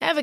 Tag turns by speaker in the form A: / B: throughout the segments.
A: Ever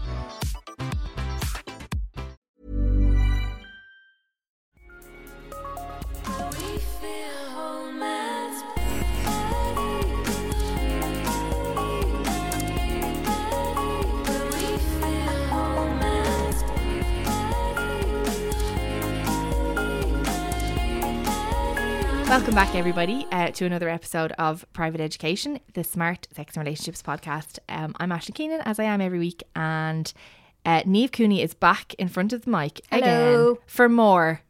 B: Welcome back, everybody, uh, to another episode of Private Education, the Smart Sex and Relationships podcast. Um, I'm Ashley Keenan, as I am every week, and uh, Neve Cooney is back in front of the mic
C: Hello.
B: again for more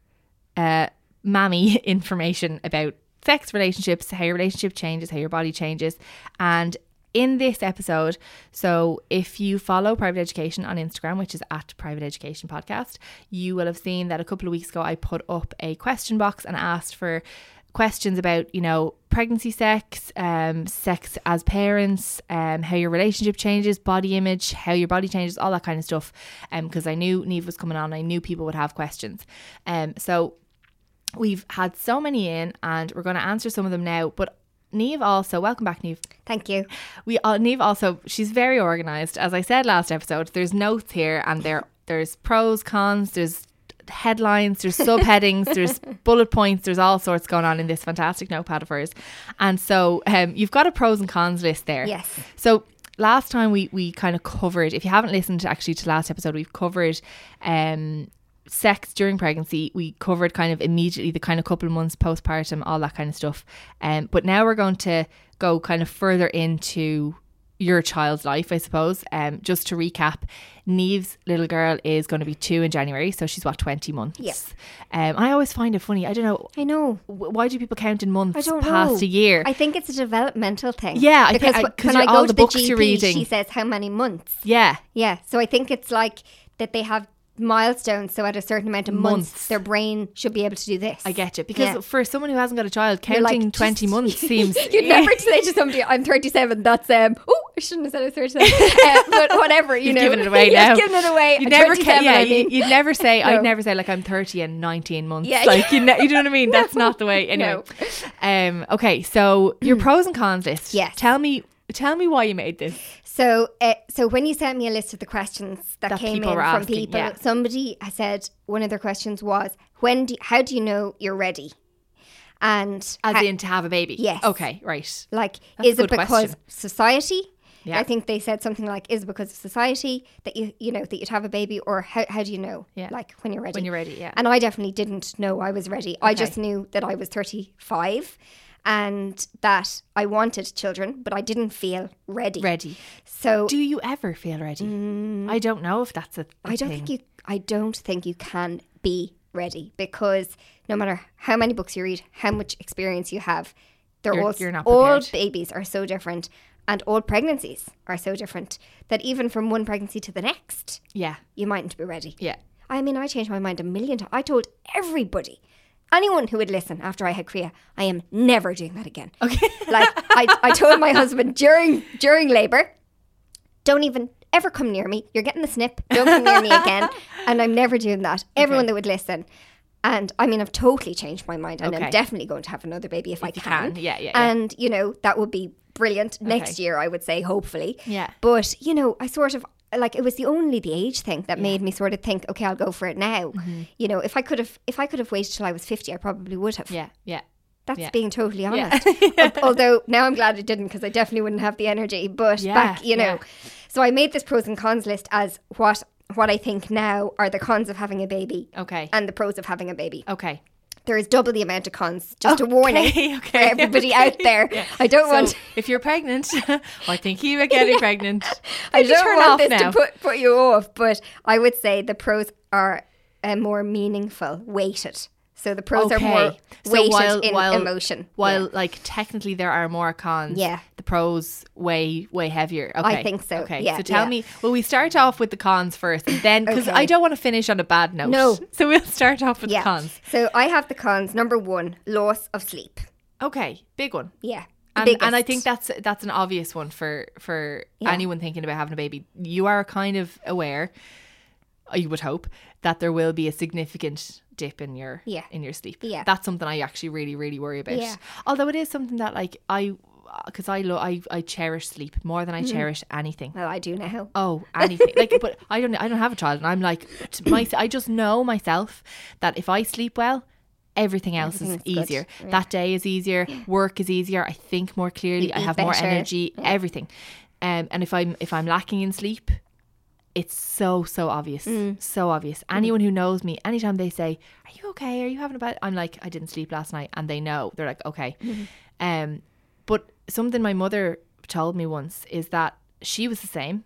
B: uh, mammy information about sex relationships, how your relationship changes, how your body changes, and in this episode, so if you follow Private Education on Instagram, which is at Private Education Podcast, you will have seen that a couple of weeks ago I put up a question box and asked for questions about, you know, pregnancy sex, um, sex as parents, um, how your relationship changes, body image, how your body changes, all that kind of stuff. Because I knew Neve was coming on, I knew people would have questions. Um, so we've had so many in, and we're going to answer some of them now. But Neve also, welcome back, Neve.
C: Thank you.
B: We all, Neve also she's very organized. As I said last episode, there's notes here and there there's pros, cons, there's headlines, there's subheadings, there's bullet points, there's all sorts going on in this fantastic notepad of hers. And so um, you've got a pros and cons list there.
C: Yes.
B: So last time we we kind of covered if you haven't listened actually to last episode, we've covered um sex during pregnancy we covered kind of immediately the kind of couple of months postpartum all that kind of stuff um, but now we're going to go kind of further into your child's life i suppose um, just to recap neve's little girl is going to be two in january so she's what 20 months
C: Yeah.
B: um, i always find it funny i don't know
C: I know.
B: wh- why do people count in months
C: I don't
B: past
C: know.
B: a year
C: I think it's a developmental thing.
B: Yeah, I
C: because
B: think- I-
C: wh-
B: 'cause
C: when
B: you're-
C: I
B: all the
C: go to the
B: books
C: GP,
B: you're reading.
C: she says how many months.
B: yeah
C: Yeah, so I think it's like that they have milestones. So at a certain amount of months,
B: Months.
C: their brain should be able to do this.
B: i get you because
C: Yeah.
B: for someone who hasn't got a child
C: You're like,
B: counting 20
C: just-
B: months seems
C: You'd
B: Yeah.
C: never say to somebody, "I'm 37." That's um. Oh, I shouldn't have said I was 37. uh, but whatever, you
B: You've
C: know,
B: given it away
C: You've
B: now.
C: given it away.
B: You
C: at
B: never
C: 27,
B: can. Yeah,
C: I
B: you,
C: mean.
B: would never say.
C: No.
B: I'd never say like I'm 30 and 19 months.
C: Yeah.
B: like you, ne- you know what I mean. That's not the way. Anyway. Um. Okay. So your pros and cons list.
C: Mm. Yes.
B: Tell me. Tell me why you made this.
C: So, uh, so when you sent me a list of the questions that,
B: That
C: came
B: people
C: in
B: were
C: from
B: asking,
C: people,
B: yeah.
C: somebody has said one of their questions was, "When do? How do you know you're ready?" And
B: As
C: ha-
B: in to have a baby.
C: Yes.
B: Okay. Right.
C: like,
B: That's a
C: is it
B: good
C: because
B: question.
C: society?
B: Yeah.
C: I think they said something like, "Is it because of society that you you know that you'd have a baby, or how how do you know?
B: Yeah.
C: Like when you're ready?
B: When you're ready. Yeah.
C: And I definitely didn't know I was ready. I just
B: Okay.
C: knew that I was 35 and that I wanted children, but I didn't feel ready.
B: ready.
C: So
B: Do you ever feel ready? I don't know if that's a. a
C: Mm. I don't
B: thing.
C: think you I don't think you can be ready because no matter how many books you read, how much experience you have, they're
B: You're-
C: all
B: you're not
C: all
B: prepared.
C: babies are so different and all pregnancies are so different that even from one pregnancy to the next,
B: Yeah.
C: you mightn't be ready.
B: Yeah.
C: I mean, I changed my mind a million times. I told everybody, anyone who would listen after I had Kriya, I am never doing that again. Okay. like I, I told my husband during during labor, don't even ever come near me. You're getting the snip. Don't come near me again. And I'm never doing that. Everyone that would listen. And I mean, I've totally changed my mind, and
B: Okay.
C: I'm definitely going to have another baby if, I
B: you
C: can.
B: can. Yeah, yeah, yeah.
C: And you know that would be brilliant next year. I would say, hopefully.
B: Yeah.
C: But, you know, I sort of like it was the only the age thing that made me sort of think, okay, I'll go for it now.
B: Mm-hmm.
C: You know, if I could have if I could have waited till I was 50, I probably would have.
B: Yeah. Yeah.
C: That's
B: yeah.
C: being totally honest. Al- Although now I'm glad I didn't because I definitely wouldn't have the energy, but
B: Yeah,
C: back, you know.
B: yeah.
C: So I made this pros and cons list as what what I think now are the cons of having a baby
B: Okay.
C: and the pros of having a baby.
B: okay.
C: There is double the amount of cons. Just a warning
B: Okay,
C: for
B: okay,
C: everybody out there. I don't
B: So
C: want
B: if you're pregnant, I think you are getting pregnant.
C: I
B: Maybe
C: don't
B: turn off
C: want this
B: now.
C: to put, put you off, but I would say the pros are uh, more meaningful, weighted. So the pros are more weighted in emotion.
B: While like technically there are more cons.
C: Yeah.
B: The pros way way heavier. Okay.
C: think so.
B: Okay.
C: Yeah,
B: so tell
C: yeah.
B: me. Well, we start off with the cons first, and then because
C: Okay.
B: I don't want to finish on a bad note.
C: No.
B: So we'll start off with
C: yeah.
B: the cons.
C: So I have the cons. Number one, loss of sleep.
B: Okay. Big one.
C: Yeah. the
B: And, and I
C: biggest.
B: think that's that's an obvious one for for
C: Yeah.
B: anyone thinking about having a baby. You are kind of aware, you would hope, that there will be a significant dip in your
C: Yeah.
B: in your sleep.
C: Yeah.
B: that's something I actually really really worry about.
C: Yeah.
B: Although it is something that like I, because I lo- I I cherish sleep more than I
C: Mm-hmm.
B: cherish anything.
C: Well, I do now.
B: Oh, anything like, but I don't. I don't have a child, and I'm like, t- my, I just know myself that if I sleep well, everything else is
C: good,
B: easier. That day is easier. Work is easier. I think more clearly. I
C: eat
B: have more
C: better.
B: energy. Everything. Um, and if I'm if I'm lacking in sleep, it's so so obvious,
C: Mm.
B: so obvious. Anyone who knows me, anytime they say, "Are you okay? Are you having a bad?" I'm like, "I didn't sleep last night," and they know. They're like, "Okay."
C: Mm-hmm.
B: Um, but something my mother told me once is that she was the same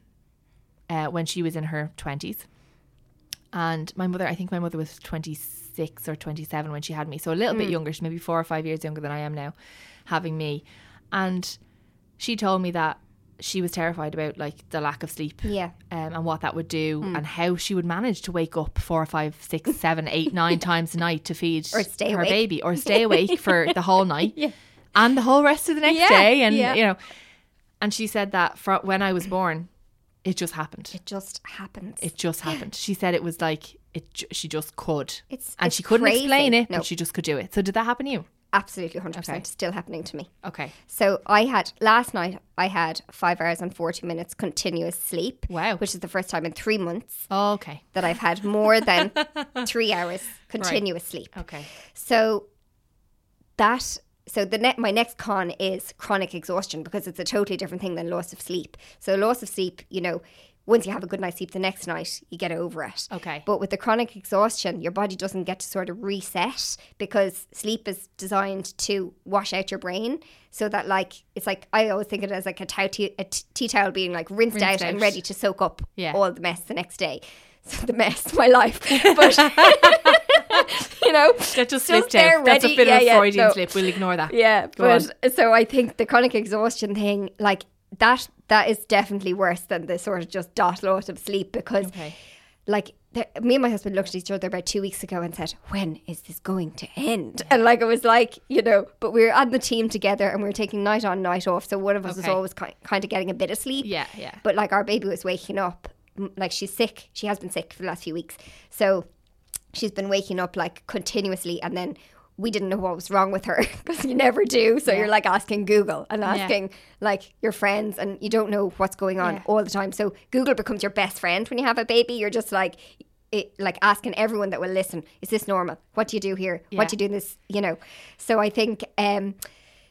B: uh, when she was in her 20s. And my mother, I think my mother was 26 or 27 when she had me. So a little
C: Hmm.
B: bit younger, she's maybe four or five years younger than I am now, having me. And she told me that she was terrified about like the lack of sleep
C: Yeah. Hmm.
B: um, and what that would do and how she would manage to wake up four, five, six, seven, eight, nine times a night to feed
C: Or stay
B: her
C: awake.
B: baby or stay awake for the whole night and the whole rest of the next
C: Yeah,
B: day. And,
C: yeah.
B: you know, and she said that fro- when I was born, it just happened.
C: It just happens.
B: It just happened. She said it was like it. ju- She just could.
C: It's-
B: and
C: it's
B: she couldn't
C: crazy.
B: explain it,
C: No.
B: but she just could do it. So did that happen to you?
C: Absolutely 100%.
B: Okay.
C: Still happening to me.
B: Okay.
C: So I had last night. I had five hours and forty minutes continuous sleep.
B: Wow.
C: Which is the first time in three months
B: Okay.
C: that I've had more than three hours continuous sleep.
B: Okay.
C: So that. So the net, my next con is chronic exhaustion because it's a totally different thing than loss of sleep. So loss of sleep, you know, once you have a good night's sleep, the next night you get over it.
B: Okay.
C: But with the chronic exhaustion, your body doesn't get to sort of reset because sleep is designed to wash out your brain. So that, like, it's like I always think of it as like a, tow- tea, a t- tea towel being like rinsed,
B: Rinsed
C: out, and
B: out.
C: ready to soak up
B: Yeah.
C: all the mess the next day. So the mess, my life. But, you know,
B: That just
C: Just
B: slipped
C: there
B: out. That's a
C: ready-
B: bit
C: yeah,
B: of a
C: yeah,
B: Freudian
C: no.
B: slip. We'll ignore that.
C: yeah,
B: Go on.
C: but so I think the chronic exhaustion thing, like that, that is definitely worse than the sort of just dot lot of sleep because,
B: Okay.
C: like, the, me and my husband looked at each other about two weeks ago and said, "When is this going to end?" And like, it was like, you know, but we were on the team together and we were taking night on, night off, so one of us was
B: Okay.
C: always ki- kind of getting a bit of sleep.
B: Yeah. Yeah.
C: But like our baby was waking up, m- like she's sick. She has been sick for the last few weeks. So she's been waking up like continuously and then we didn't know what was wrong with her because you never do. So you're like asking Google and asking like your friends and you don't know what's going on
B: Yeah.
C: all the time. So Google becomes your best friend when you have a baby. You're just like it, like asking everyone that will listen, is this normal? What do you do here? What do you do in this, you know? So I think um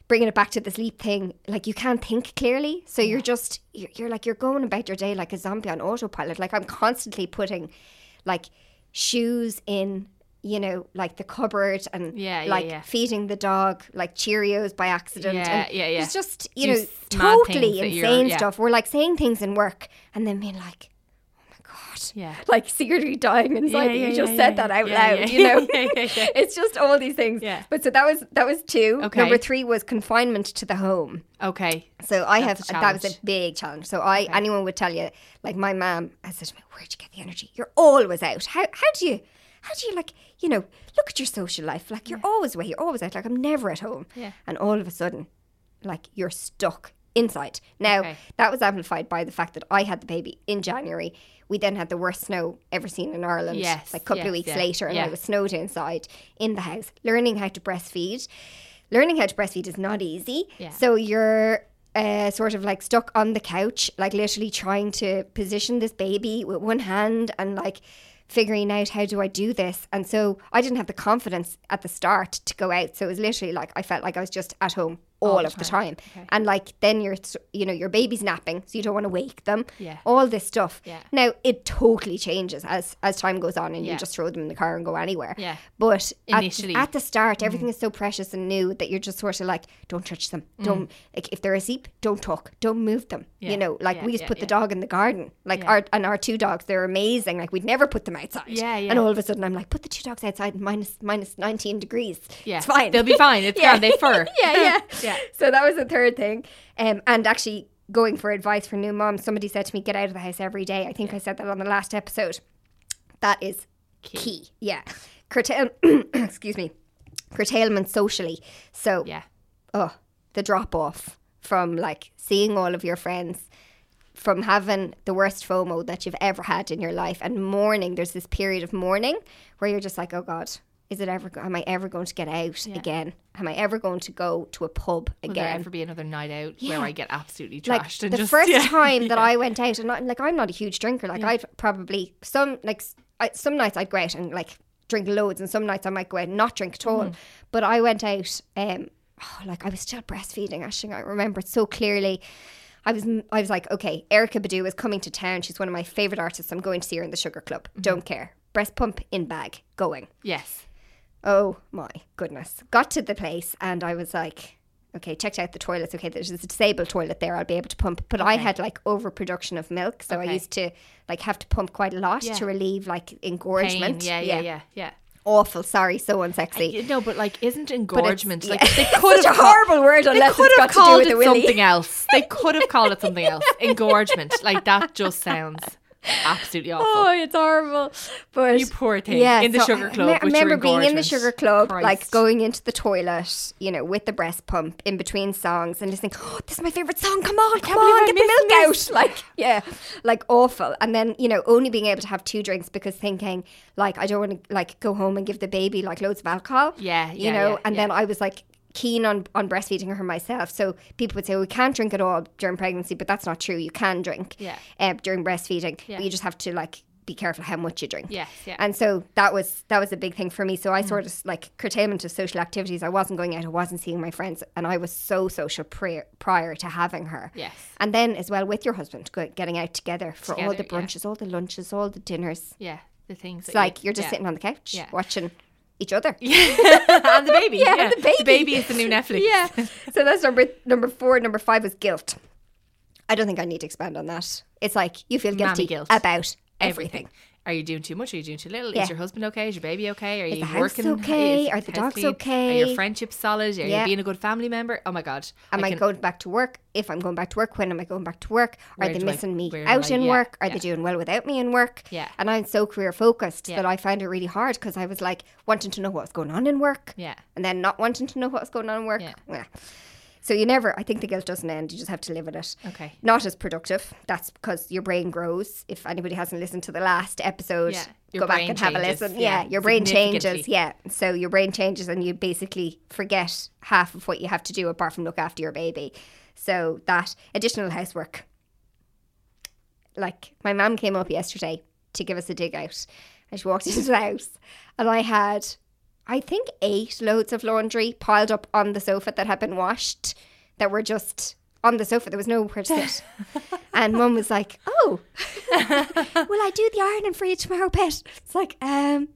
C: bringing it back to the sleep thing, like you can't think clearly. So you're just, you're, you're like, you're going about your day like a zombie on autopilot. Like I'm constantly putting like shoes in, you know, like the cupboard and
B: Yeah, yeah,
C: like
B: yeah.
C: feeding the dog, like Cheerios by accident.
B: Yeah,
C: and
B: yeah, yeah.
C: It's just,
B: Do
C: you know,
B: s- mad things
C: totally
B: that you're-
C: insane
B: yeah.
C: stuff. We're like saying things in work and then being like, oh my God.
B: Yeah.
C: Like secretly dying inside.
B: Yeah,
C: that
B: yeah,
C: you just
B: yeah,
C: said
B: yeah.
C: that out
B: Yeah,
C: loud,
B: yeah.
C: you know?
B: Yeah, yeah, yeah.
C: it's just all these things.
B: Yeah.
C: But so that was that was two.
B: Okay.
C: Number three was confinement to the home.
B: Okay.
C: So I
B: That's a
C: have that was a
B: challenge.
C: big challenge. So I anyone would tell you, like my mom, I said, to me, "Where'd you get the energy? You're always out. How how do you how do you like you know look at your social life? Like you're always away. You're always out. Like I'm never at home.
B: Yeah.
C: And all of a sudden, like you're stuck inside. Now
B: Okay.
C: that was amplified by the fact that I had the baby in January. We then had the worst snow ever seen in Ireland.
B: Yes,
C: like a couple
B: yes,
C: of weeks
B: yeah,
C: later, and
B: yeah.
C: I was snowed inside in the house, learning how to breastfeed. Learning how to breastfeed is not easy.
B: Yeah.
C: So you're uh, sort of like stuck on the couch, like literally trying to position this baby with one hand and like figuring out how do I do this. And so I didn't have the confidence at the start to go out. So it was literally like I felt like I was just at home all,
B: the
C: of the
B: time.
C: time.
B: Okay.
C: And like then your s- you know your baby's napping, so you don't want to wake them.
B: Yeah.
C: All this stuff.
B: Yeah.
C: Now it totally changes as as time goes on, and
B: Yeah.
C: you just throw them in the car and go anywhere.
B: Yeah.
C: But at-
B: Initially. Mm-hmm.
C: at, the start, everything is so precious and new that you're just sort of like, don't touch them. Don't like if they're asleep, don't talk, don't move them.
B: Mm. Yeah.
C: You know, like
B: Yeah,
C: we just
B: yeah,
C: put the
B: yeah.
C: dog in the garden, like
B: Yeah.
C: our and our two dogs, they're amazing. Like we'd never put them outside.
B: Yeah, yeah.
C: And all of a sudden, I'm like, put the two dogs outside minus minus 19 degrees.
B: Yeah.
C: It's fine.
B: They'll be fine. It's
C: Yeah.
B: gone. They fur.
C: yeah, yeah.
B: Yeah.
C: So that was the third thing. Um, and actually going for advice for new moms, somebody said to me, get out of the house every day. I think I said that on the last episode. That is key. Yeah. Curtail excuse me. Curtailment socially. So
B: Yeah.
C: oh, the drop off from like seeing all of your friends, from having the worst FOMO that you've ever had in your life and mourning. There's this period of mourning where you're just like, oh God, is it ever, go- am I ever going to get out again? Am I ever going to go to a pub
B: Will there
C: again?
B: ever be another night out where I get absolutely trashed
C: like
B: and
C: the
B: just
C: first
B: yeah.
C: time that I went out, and I, like I'm not a huge drinker. Like I'd probably some like s- I, some nights I'd go out and like drink loads, and some nights I might go out and not drink at all.
B: Mm-hmm.
C: But I went out, um, oh, like I was still breastfeeding. Actually, I remember it so clearly. I was I was like, okay, Erica Badu is coming to town. She's one of my favorite artists. I'm going to see her in the Sugar Club.
B: Mm-hmm.
C: Don't care. Breast pump in bag, going.
B: Yes.
C: Oh my goodness. Got to the place and I was like, okay, checked out the toilets. Okay, there's a disabled toilet there. I'll be able to pump. But I had like overproduction of milk. So
B: Okay.
C: I used to like have to pump quite a lot
B: Yeah.
C: to relieve like
B: Pain.
C: engorgement.
B: Yeah, yeah, yeah, yeah.
C: Awful. Sorry. So unsexy.
B: You know, but like, isn't engorgement like
C: yeah.
B: they could
C: Such
B: have
C: a horrible word
B: They
C: unless
B: could
C: it's
B: have
C: got to do
B: called
C: with the
B: it
C: willy.
B: something else. They could have called it something else. Engorgement, like that, just sounds absolutely awful.
C: Oh, it's horrible. But
B: You poor thing.
C: Yeah,
B: in the
C: so
B: sugar
C: I
B: club.
C: me-
B: with your
C: remember being in the
B: engorgement.
C: sugar club, like
B: Christ.
C: going into the toilet, you know, with the breast pump in between songs, and just think, "Oh, this is my favorite song! Come on, come
B: believe
C: on,
B: I'm
C: get the milk
B: missing
C: out!" Like, yeah, like awful. And then you know, only being able to have two drinks because thinking, like, I don't want to like go home and give the baby like loads of alcohol.
B: Yeah, yeah,
C: you know.
B: yeah,
C: and
B: yeah.
C: then I was like keen on on breastfeeding her myself. So people would say, "Oh, we can't drink at all during pregnancy," but that's not true. You can drink
B: Yeah.
C: uh, during breastfeeding.
B: Yeah.
C: But you just have to like be careful how much you drink.
B: Yes, yeah.
C: And so that was that was a big thing for me. So I
B: Mm.
C: sort of like curtailment of social activities. I wasn't going out. I wasn't seeing my friends, and I was so social prior prior to having her.
B: Yes.
C: And then as well with your husband, go, getting out together for all
B: Together,
C: the
B: yeah.
C: brunches, all the lunches, all the dinners.
B: yeah, the things that
C: It's
B: you-
C: like you're just
B: yeah.
C: sitting on the couch
B: Yeah.
C: watching each other.
B: and the baby.
C: Yeah, the baby.
B: is the new Netflix.
C: Yeah. so that's number number four. Number five was guilt. I don't think I need to expand on that. It's like you feel
B: Mammy
C: guilty
B: guilt.
C: about everything.
B: everything. Are you doing too much? Are you doing too little?
C: Yeah.
B: Is your husband okay? Is your baby okay? Are you
C: the house
B: working?
C: okay?
B: Is
C: Are the
B: house
C: dogs
B: clean? Are
C: okay?
B: your friendships solid? Are
C: Yeah.
B: you being a good family member? Oh my god!
C: Am I,
B: can-
C: going back to work? If I'm going back to work, when am I going back to work? Are
B: Where
C: they
B: do I-
C: missing me
B: where am
C: out
B: I-
C: in
B: yeah,
C: work? Are
B: yeah.
C: they doing well without me in work?
B: Yeah.
C: And I'm so career focused
B: Yeah.
C: that I found it really hard because I was like wanting to know what was going on in work
B: Yeah.
C: and then not wanting to know what was going on in work.
B: Yeah.
C: Yeah. So you never, I think the guilt doesn't end. You just have to live with it.
B: Okay.
C: Not as productive. That's because your brain grows. If anybody hasn't listened to the last episode,
B: Yeah. Your
C: go back
B: brain
C: and have a
B: changes.
C: listen.
B: Yeah.
C: Yeah. Your brain changes.
B: Significantly.
C: Yeah. So your brain changes and you basically forget half of what you have to do apart from look after your baby. So that additional housework like my mum came up yesterday to give us a dig out and she walked into the house and I had I think eight loads of laundry piled up on the sofa that had been washed that were just on the sofa. There was nowhere to sit. and mum was like, Oh will I do the ironing for you tomorrow, pet? It's like, um,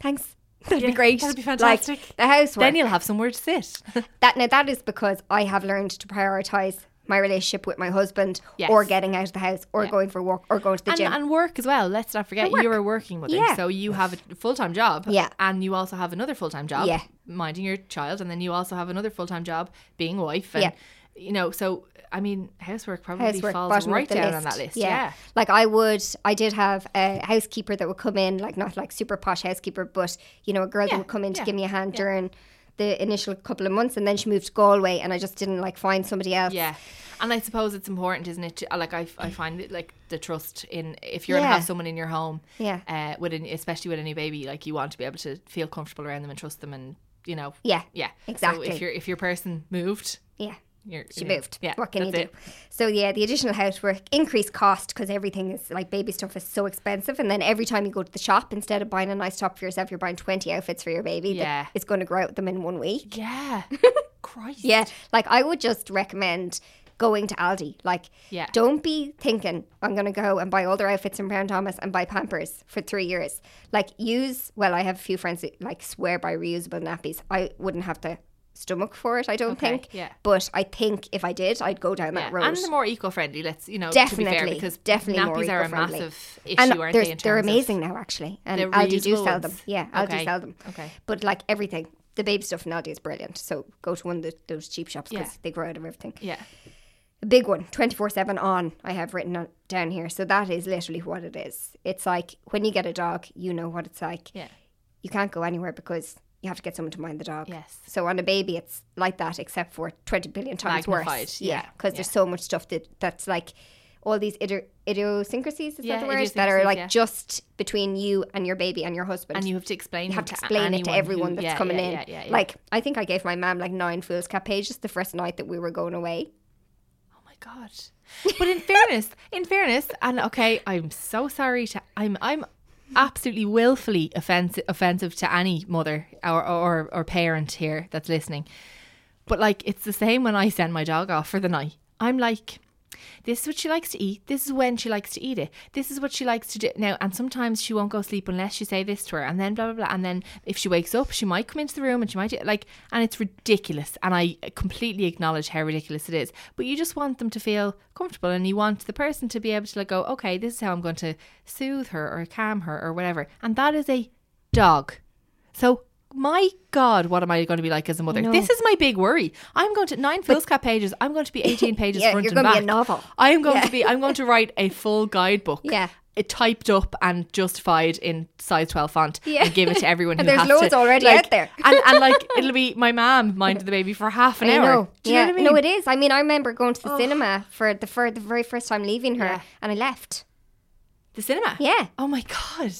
C: thanks. That'd
B: Yeah,
C: be great.
B: that'd be fantastic.
C: Like, the housework.
B: Then you'll have somewhere to sit.
C: That now that is because I have learned to prioritize my relationship with my husband,
B: Yes.
C: or getting out of the house, or going for a walk, or going to the
B: and,
C: gym.
B: and work as well. Let's not forget
C: work.
B: you're a working mother,
C: Yeah.
B: so you have a full time job.
C: Yeah.
B: and you also have another full time job.
C: Yeah.
B: minding your child, and then you also have another full time job being a wife. And,
C: Yeah.
B: you know, so I mean, housework probably
C: housework
B: falls
C: bottom of
B: right
C: the
B: down
C: list.
B: on that list.
C: Yeah.
B: Yeah,
C: like I would, I did have a housekeeper that would come in, like not like super posh housekeeper, but you know a girl
B: Yeah,
C: that would come in
B: yeah,
C: to give me a hand during the initial couple of months, and then she moved to Galway, and I just didn't like find somebody else.
B: Yeah. And I suppose it's important, isn't it? To, uh, like I, I find it, like the trust in if you're gonna
C: Yeah.
B: have someone in your home,
C: Yeah.
B: uh, with an, especially with a new baby, like you want to be able to feel comfortable around them and trust them, and you know,
C: Yeah,
B: yeah, So
C: exactly.
B: if your if your person moved,
C: yeah.
B: you're,
C: She
B: you know,
C: moved.
B: Yeah,
C: What can you
B: that's
C: do?
B: it.
C: So yeah, the additional housework, increased cost because everything is like baby stuff is so expensive, and then every time you go to the shop, instead of buying a nice top for yourself, you're buying twenty outfits for your baby. that
B: Yeah.
C: is going to grow out them in one week.
B: Yeah. Christ.
C: Yeah, like I would just recommend going to Aldi. Like,
B: Yeah.
C: don't be thinking I'm going to go and buy all their outfits in Brown Thomas and buy Pampers for three years. Like, use. Well, I have a few friends that like swear by reusable nappies. I wouldn't have the stomach for it. I don't
B: Okay,
C: think.
B: yeah.
C: But I think if I did, I'd go down that
B: Yeah.
C: road.
B: And the more eco-friendly. Let's you know to be fair
C: Definitely,
B: because
C: definitely more
B: nappies are a
C: eco-friendly.
B: massive issue,
C: And
B: aren't
C: there's-
B: they? In
C: they're
B: terms of-
C: amazing now, actually, and
B: They're
C: Aldi do
B: reusable
C: sell
B: ones.
C: them. Yeah, Aldi
B: Okay,
C: sell them.
B: okay.
C: but like everything, the baby stuff in Aldi is brilliant. So go to one of the, those cheap shops because
B: Yeah.
C: they grow out of everything.
B: yeah.
C: A big one 24-7 on i have written on, down here so that is literally what it is it's like when you get a dog you know what it's like
B: Yeah.
C: you can't go anywhere because you have to get someone to mind the dog
B: Yes.
C: so on a baby it's like that except for 20 billion times
B: Magnified,
C: worse
B: yeah,
C: because there's so much stuff that that's like all these idio- idiosyncrasies is
B: Yeah,
C: that the word that are
B: idiosyncrasies,
C: like
B: yeah.
C: just between you and your baby and your husband
B: And you have to explain.
C: you have to
B: them
C: explain it to
B: anyone who-
C: everyone that's
B: yeah,
C: coming
B: yeah,
C: in.
B: Yeah, yeah, yeah.
C: Like, I think I gave my mum like nine Fool's Cap pages the first night that we were going away.
B: Oh my god. But in fairness, in fairness, and okay, I'm so sorry to I'm I'm absolutely willfully offensive offensive to any mother or, or or parent here that's listening. But like it's the same when I send my dog off for the night. I'm like this is what she likes to eat. This is when she likes to eat it. This is what she likes to do now. And sometimes she won't go sleep unless you say this to her. And then blah blah blah. And then if she wakes up, she might come into the room and she might do, like. And it's ridiculous. And I completely acknowledge how ridiculous it is. But you just want them to feel comfortable, and you want the person to be able to like go, okay, this is how I'm going to soothe her or calm her or whatever. And that is a dog. So my God, what am I going to be like as a mother? This is my big worry. I'm going to nine Phil's Cap pages. I'm going to be 18 pages
C: Yeah,
B: front
C: you're
B: and
C: gonna
B: back.
C: be a novel.
B: I am going to be. I'm going to write a full guidebook.
C: Yeah.
B: It typed up and justified in size 12 font
C: Yeah.
B: and give it to everyone
C: And
B: who has
C: there's
B: to,
C: loads already
B: like,
C: out there.
B: and, and like it'll be my mom minded the baby for half an
C: I
B: hour
C: know.
B: do you
C: yeah.
B: know what I mean
C: No, it is. I mean, I remember going to the cinema for the for the very first time leaving her,
B: Yeah.
C: and I left.
B: the cinema
C: Yeah,
B: oh my god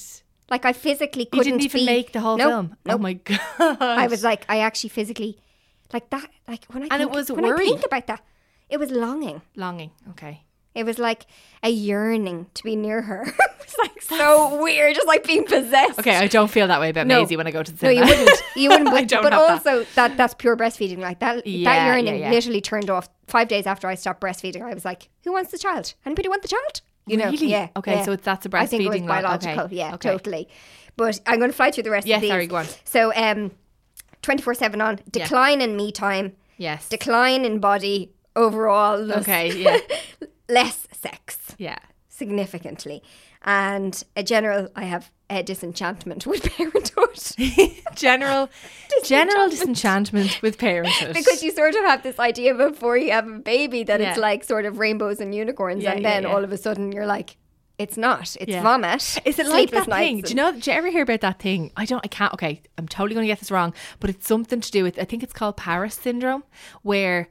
C: like I physically
B: you
C: couldn't
B: didn't even
C: be-
B: make the whole
C: Nope,
B: film oh
C: nope.
B: my god
C: I was like, I actually physically, like that. Like when I
B: And it
C: think-
B: was
C: when
B: worry.
C: I think about that, it was longing.
B: longing okay
C: It was like a yearning to be near her. it was like so weird, just like being possessed.
B: okay I don't feel that way about
C: No.
B: Maisie when I go to the
C: No, you
B: cinema
C: wouldn't. You wouldn't.
B: I
C: But,
B: don't
C: but
B: have that.
C: also that. that's pure breastfeeding. Like that
B: Yeah,
C: that
B: yeah,
C: yearning
B: yeah.
C: literally turned off five days after I stopped breastfeeding. I was like, who wants the child? Anybody want the child? You know?
B: Really?
C: Yeah.
B: Okay,
C: yeah.
B: so it's- that's a
C: I think it was
B: breastfeeding log. Okay,
C: biological. Yeah,
B: okay.
C: totally. But I'm going to fly through the rest.
B: Yeah,
C: of these.
B: sorry, go on.
C: So um, twenty four seven on decline in me time,
B: yes
C: decline in body overall.
B: okay yeah
C: Less sex
B: yeah
C: significantly, and a general. I have a disenchantment with parenthood.
B: general general disenchantment with parenthood
C: because you sort of have this idea before you have a baby that it's
B: Yeah.
C: like sort of rainbows and unicorns,
B: Yeah,
C: and
B: yeah,
C: then
B: yeah.
C: all of a sudden you're like, it's not. It's
B: Yeah.
C: vomit.
B: Is it like
C: sleepless
B: that thing?
C: nights
B: Do you know? Do you ever hear about that thing? I don't. I can't. Okay, I'm totally going to get this wrong, but it's something to do with. I think it's called Paris syndrome, where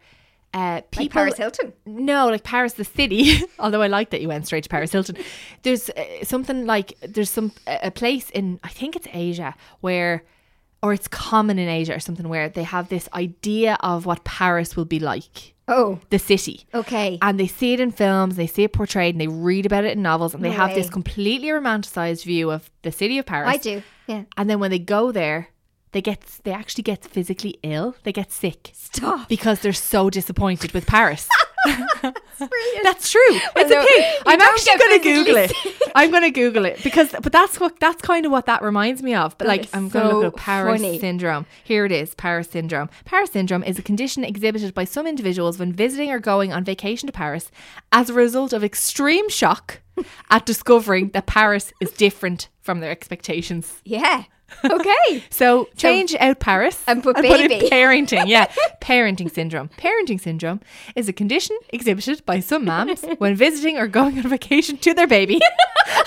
B: uh, people.
C: and Paris Hilton.
B: No, like Paris the city. Although I like that you went straight to Paris Hilton. There's uh, something like there's some a a place in I think it's Asia where or it's common in Asia or something where they have this idea of what Paris will be like.
C: Oh,
B: The city.
C: okay.
B: And they see it in films, they see it portrayed, and they read about it in novels, and they
C: No
B: have this
C: way.
B: completely romanticized view of the city of Paris.
C: I do. Yeah.
B: And then when they go there, they get they actually get physically ill. They get sick
C: Stop.
B: because they're so disappointed with Paris.
C: Brilliant.
B: That's true. It's
C: know.
B: a thing.
C: You
B: I'm
C: don't
B: actually
C: get
B: going to
C: physically
B: Google it. I'm going to Google it because, but that's what that's kind of what that reminds me of. But like,
C: is
B: I'm going to
C: so
B: look up Paris
C: funny.
B: syndrome. Here it is, Paris syndrome. Paris syndrome is a condition exhibited by some individuals when visiting or going on vacation to Paris as a result of extreme shock at discovering that Paris is different from their expectations.
C: yeah. Okay.
B: So change out Paris
C: And put
B: in
C: baby.
B: parenting. Yeah, parenting syndrome. Parenting syndrome is a condition exhibited by some moms when visiting or going on vacation to their baby.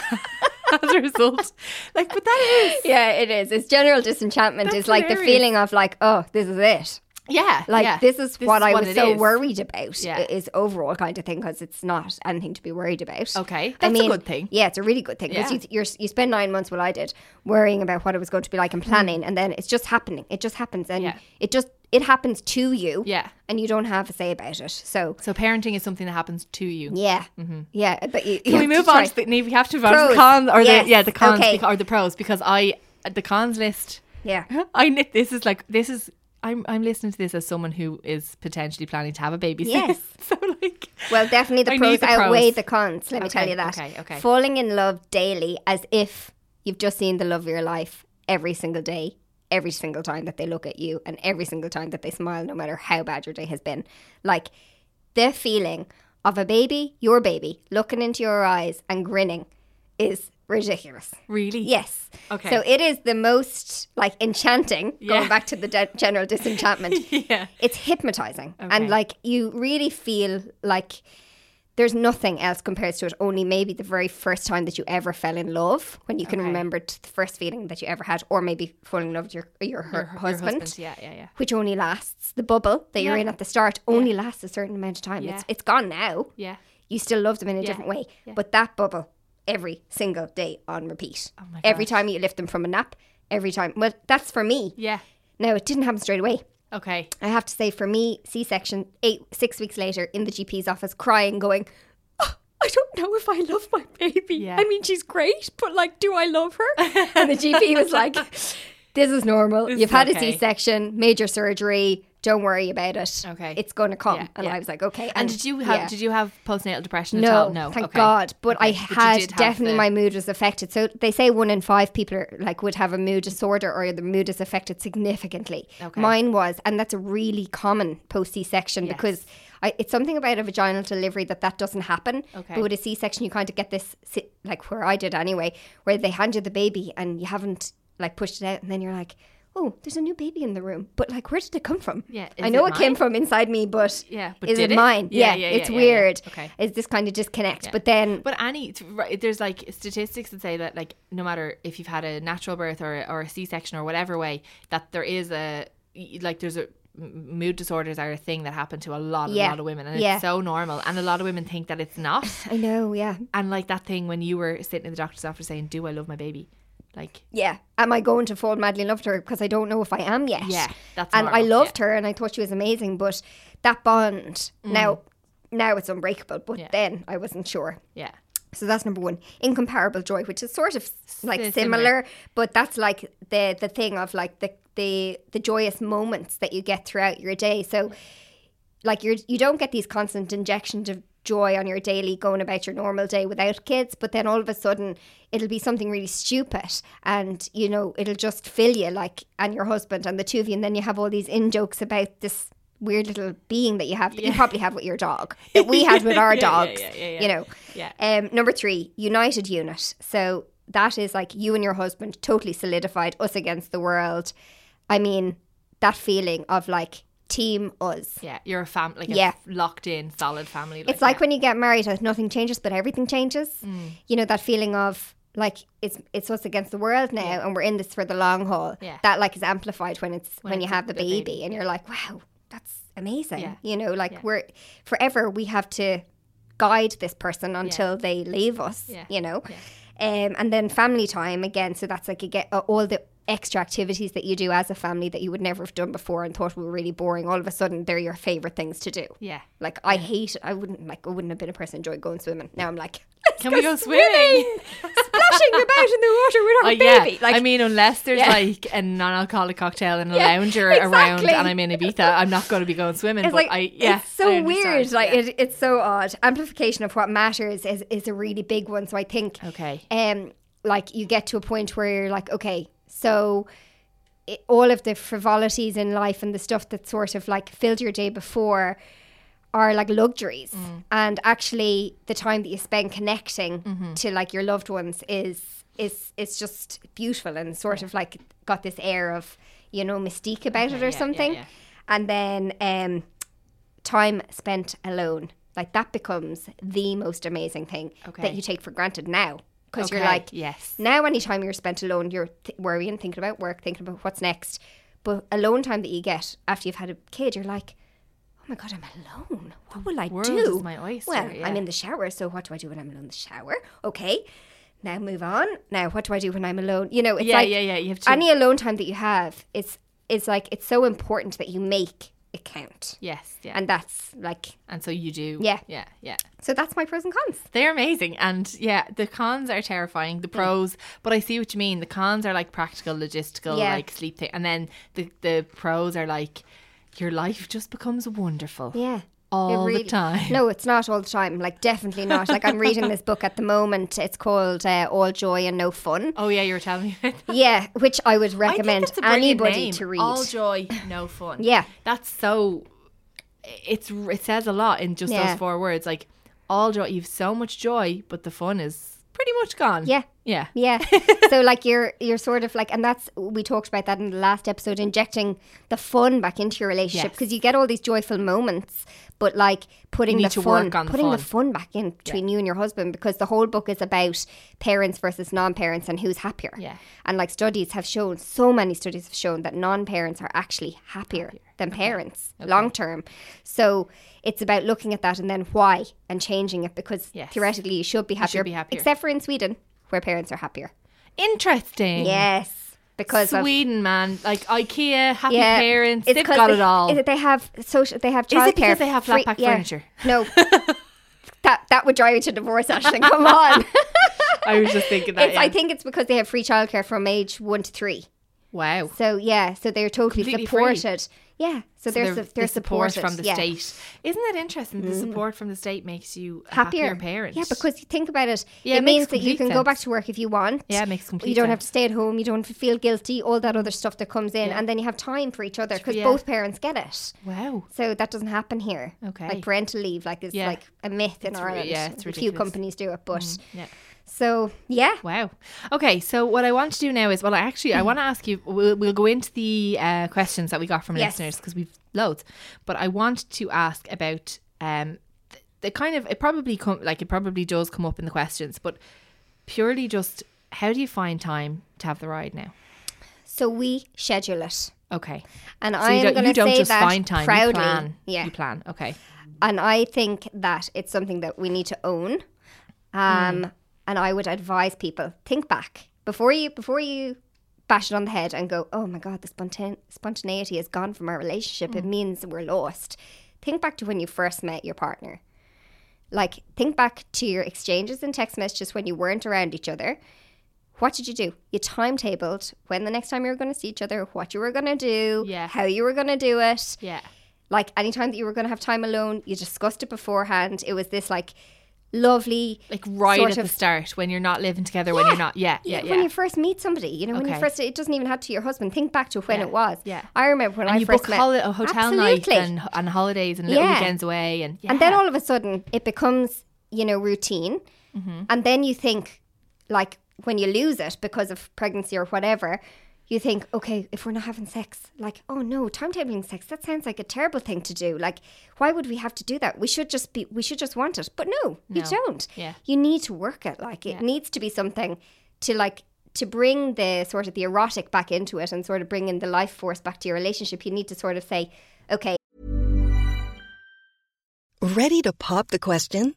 B: As a result, like, but that is
C: yeah, it is. It's general disenchantment
B: That's
C: is like the
B: hilarious.
C: feeling of like, oh, this is it.
B: yeah,
C: Like
B: yeah.
C: this is what I was
B: it
C: so
B: is.
C: worried about.
B: Yeah.
C: i- Is overall kind of thing because it's not anything to be worried about.
B: Okay.
C: I
B: That's a
C: mean,
B: good thing.
C: Yeah, it's a really good thing because
B: Yeah.
C: you you're, you spend nine months, well, I did, worrying about what it was going to be like and planning, and then it's just happening. It just happens, and
B: Mm. Yeah.
C: it just it happens to you.
B: Yeah.
C: and you don't have a say about it. So
B: So parenting is something that happens to you.
C: yeah, yeah. But you,
B: Mm-hmm. Can we move on? To the, we have to move on to the
C: Pros.
B: cons or
C: Yes.
B: the yeah the cons
C: Okay.
B: beca- or the pros because I the cons list.
C: Yeah.
B: I kn- this is like this is I'm I'm listening to this as someone who is potentially planning to have a baby. soon.
C: Yes.
B: so like
C: Well, definitely
B: I
C: the
B: need
C: pros
B: the
C: outweigh
B: pros.
C: the cons. Let me tell
B: Okay,
C: you that.
B: okay, okay.
C: Falling in love daily as if you've just seen the love of your life every single day, every single time that they look at you, and every single time that they smile, no matter how bad your day has been. Like the feeling of a baby, your baby, looking into your eyes and grinning is ridiculous.
B: really.
C: Yes.
B: Okay.
C: So it is the most like enchanting,
B: Yeah.
C: going back to the de- general disenchantment
B: yeah.
C: it's hypnotizing
B: Okay.
C: and like you really feel like there's nothing else compared to it only maybe the very first time that you ever fell in love when you can
B: Okay.
C: remember t- the first feeling that you ever had or maybe falling in love with your your, her-
B: Your- your
C: husband,
B: Yeah, yeah, yeah.
C: which only lasts the bubble that you're
B: Yeah.
C: in at the start only lasts a certain amount of time it's,
B: Yeah.
C: it's gone now
B: Yeah.
C: you still love them in a
B: Yeah.
C: different way
B: Yeah.
C: but that bubble every single day on repeat
B: Oh my
C: every
B: gosh.
C: time you lift them from a nap every time well that's for me
B: Yeah.
C: now it didn't happen straight away
B: Okay.
C: I have to say, for me, C-section eight six weeks later in the GP's office, crying, going, "Oh, I don't know if I love my baby.
B: Yeah.
C: I mean, she's great, but like, do I love her? and the GP was like, "This is normal.
B: This
C: You've
B: is
C: had a
B: okay."
C: C-section, major surgery. Don't worry about it.
B: Okay.
C: it's going to come."
B: Yeah,
C: and
B: yeah.
C: I was like, "Okay."
B: And did you have
C: yeah.
B: did you have postnatal depression at
C: No,
B: all? No.
C: thank
B: okay.
C: God. But I
B: Okay, but you
C: had
B: did have
C: definitely
B: the-
C: my mood was affected. So they say one in five people are like would have a mood disorder or the mood is affected significantly.
B: Okay.
C: Mine was, and that's a really common post C section
B: Yes.
C: because I, it's something about a vaginal delivery that that doesn't happen.
B: Okay.
C: But with a C section, you kind of get this si- like where I did anyway, where they hand you the baby and you haven't like pushed it out, and then you're like. Oh, there's a new baby in the room, but like, where did it come from?
B: Yeah,
C: I
B: is
C: know
B: it
C: it, came
B: mine?
C: from inside me, but
B: Yeah, but
C: is
B: did
C: it
B: it?
C: mine?
B: Yeah,
C: Yeah,
B: yeah,
C: it's
B: yeah, yeah, yeah.
C: weird.
B: Okay.
C: Is this kind of disconnect? But then
B: But Annie, it's right, there's like statistics that say that like no matter if you've had a natural birth or or a C-section or whatever way, that there is a like there's a m- mood disorders are a thing that happen to a lot a
C: Yeah.
B: lot of women and
C: Yeah.
B: it's so normal and a lot of women think that it's not
C: I know, yeah.
B: and like that thing when you were sitting in the doctor's office saying do i love my baby like
C: Yeah. Am I going to fall madly in love with her? Because I don't know if I am yet.
B: Yeah, that's
C: And I
B: normal,
C: loved her and I thought she was amazing, but that bond now now it's unbreakable, but
B: Mm. Yeah.
C: then I wasn't sure.
B: yeah
C: So that's number one. Incomparable joy, which is sort of s- like
B: similar.
C: similar, but that's like the the thing of like the the the joyous moments that you get throughout your day. So like you're you don't get these constant injections of joy on your daily going about your normal day without kids, but then all of a sudden it'll be something really stupid and you know, it'll just fill you like and your husband and the two of you and then you have all these in jokes about this weird little being that you have that you probably have with your dog. That we had with our
B: Yeah, yeah,
C: dogs.
B: yeah, yeah,
C: You know.
B: yeah
C: Um, number three, united unit. So that is like you and your husband totally solidified us against the world. I mean, that feeling of like team us.
B: yeah you're a fam like
C: Yeah.
B: a locked in solid family like
C: It's like
B: that. Mm.
C: when you get married, that nothing changes, but everything changes. You know that feeling of like it's it's us against the world now, and we're in this for the long haul.
B: Yeah.
C: That like is amplified when it's when, you
B: it's a-
C: have the
B: the baby,
C: baby, and you're like, wow, that's amazing.
B: Yeah.
C: You know, like
B: Yeah.
C: we're forever we have to guide this person until they leave us.
B: Yeah.
C: You know, um, and then family time again. So that's like you get uh, all the extra activities that you do as a family that you would never have done before and thought were really boring. All of a sudden, they're your favorite things to do.
B: yeah
C: Like I hate. I wouldn't like. I wouldn't have been a person who enjoyed going swimming. Now I'm like
B: can we go swimming
C: splashing about in the water with our
B: Oh
C: baby.
B: yeah,
C: Like
B: I mean, unless there's
C: Yeah.
B: like a non-alcoholic cocktail and a
C: Yeah,
B: lounger around,
C: exactly.
B: and I'm in Ibiza, I'm not going to be going swimming.
C: it's
B: but
C: like
B: I, yeah,
C: it's so
B: I understand,
C: weird. Like
B: yeah.
C: it, it's so odd. Amplification of what matters is is a really big one. So I think
B: okay,
C: um like you get to a point where you're like okay so i all of the frivolities in life and the stuff that sort of like filled your day before are like luxuries
B: Mm.
C: and actually the time that you spend connecting
B: Mm-hmm.
C: to like your loved ones is is it's just beautiful and sort of like got this air of you know mystique about it
B: yeah,
C: or
B: yeah,
C: something
B: yeah.
C: and then um time spent alone like that becomes the most amazing thing
B: Okay.
C: that you take for granted now because
B: okay.
C: you're like
B: yes,
C: now anytime you're spent alone you're th- worrying thinking about work thinking about what's next but alone time that you get after you've had a kid you're like oh my god i'm alone what will i
B: world
C: do
B: is my oyster.
C: well
B: yeah.
C: i'm in the shower so what do i do when i'm alone in the shower okay now move on now what do i do when i'm alone you know it's
B: yeah,
C: like
B: yeah, yeah. You have to.
C: any alone time that you have it's it's like it's so important that you make account.
B: Yes. Yeah. And,
C: And that's like,
B: so you do.
C: Yeah.
B: Yeah. Yeah.
C: so that's my pros and cons.
B: They're amazing. And yeah, the cons are terrifying. The pros, but I see what you mean. The cons are like practical, logistical,
C: Yeah.
B: like sleep thing. And then the, the pros are like your life just becomes wonderful
C: Yeah.
B: all
C: really-
B: the time.
C: No, it's not all the time. Like, definitely not. Like, I'm reading this book at the moment. It's called uh, All Joy and No Fun.
B: Oh, yeah. You were telling me. about that.
C: Yeah, which I would
B: I think
C: recommend
B: that's a brilliant
C: anybody
B: name.
C: to read.
B: All joy, no fun.
C: Yeah.
B: That's so. It's it says a lot in just
C: Yeah.
B: those four words. Like all joy, you've so much joy, but the fun is pretty much gone.
C: Yeah.
B: Yeah.
C: Yeah. so like you're you're sort of like and that's we talked about that in the last episode injecting the fun back into your relationship
B: Yes.
C: because you get all these joyful moments but like putting
B: need
C: the
B: to
C: fun
B: work on the
C: putting the
B: fun.
C: fun back in between you and your husband because the whole book is about parents versus non-parents and who's happier.
B: Yeah.
C: And like studies have shown so many studies have shown that non-parents are actually happier, than parents long term. So it's about looking at that and then why and changing it because
B: Yes.
C: theoretically you should be happier,
B: be happier.
C: except for in Sweden where parents are happier.
B: Interesting.
C: Yes, because of
B: Mm-hmm. Sweden, man, like IKEA, happy
C: yeah,
B: parents,
C: it's
B: they've
C: 'cause
B: got
C: they,
B: it all.
C: is it they have social. They have
B: Is
C: childcare.
B: it because they have flat
C: free-
B: pack
C: yeah.
B: furniture?
C: No, that that would drive you to divorce, Ashley. Come on.
B: I was just thinking that.
C: It's,
B: yeah.
C: I think it's because they have free childcare from age one to three.
B: wow.
C: So yeah, so they're totally
B: Completely free.
C: supported. Yeah, so, they're
B: the-
C: su- they're
B: the support
C: supported
B: from the
C: yeah. Mm.
B: state. Isn't that interesting? The support from the state makes you a
C: Happier.
B: happier, parent.
C: Yeah, because you think about it,
B: Yeah,
C: it,
B: it makes
C: means that you
B: complete
C: can go
B: sense.
C: back to work if you want.
B: Yeah, it makes complete
C: You don't have
B: sense.
C: to stay at home. You don't feel guilty. All that other stuff that comes in, and then you have time for each other because
B: Yeah.
C: both parents get it.
B: wow.
C: So that doesn't happen here.
B: Okay.
C: Like parental leave, like it's
B: Yeah.
C: like a myth in
B: ri-
C: Ireland.
B: yeah, it's
C: a few
B: ridiculous. Mm,
C: companies do it, but
B: yeah.
C: so yeah,
B: Wow. Okay, so what I want to do now is, well, I actually, I want to ask you. We'll, we'll go into the uh, questions that we got from
C: Yes.
B: listeners because we've loads, but I want to ask about um, the, the kind of it probably come like it probably does come up in the questions, but purely just how do you find time to have the ride now?
C: so we schedule it,
B: Okay,
C: and
B: so
C: I
B: you
C: am
B: don't,
C: going
B: you
C: to
B: don't
C: say
B: just
C: that
B: find time.
C: proudly.
B: You plan.
C: Yeah,
B: you plan. Okay,
C: and I think that it's something that we need to own. Um, and I would advise people think back before you before you bash it on the head and go, oh my god, the spontan- spontaneity is gone from our relationship. It means we're lost. Think back to when you first met your partner. Like, think back to your exchanges and text messages when you weren't around each other. What did you do? You timetabled when the next time you were going to see each other, what you were going to do,
B: Yeah.
C: how you were going to do it
B: yeah,
C: like anytime that you were going to have time alone you discussed it beforehand it was this like lovely
B: like right
C: Sort
B: at the
C: of-
B: start when you're not living together, when you're not, yeah, yeah, yeah.
C: when you first meet somebody you know when you
B: Okay.
C: first it doesn't even have to be your husband think back to when
B: Yeah,
C: it was
B: yeah.
C: i remember when
B: and
C: i
B: you
C: first
B: book
C: met
B: holi- a hotel nights
C: Absolutely.
B: and, and holidays and little
C: Yeah.
B: weekends away and yeah.
C: and then all of a sudden it becomes you know routine
B: Mm-hmm.
C: and then you think like when you lose it because of pregnancy or whatever you think okay if we're not having sex like oh no timetabling sex that sounds like a terrible thing to do like why would we have to do that we should just be we should just want it but no, you
B: No.
C: don't
B: Yeah.
C: you need to work it like it needs to be something to like to bring the sort of the erotic back into it and sort of bring in the life force back to your relationship you need to sort of say okay
D: Ready to pop the question?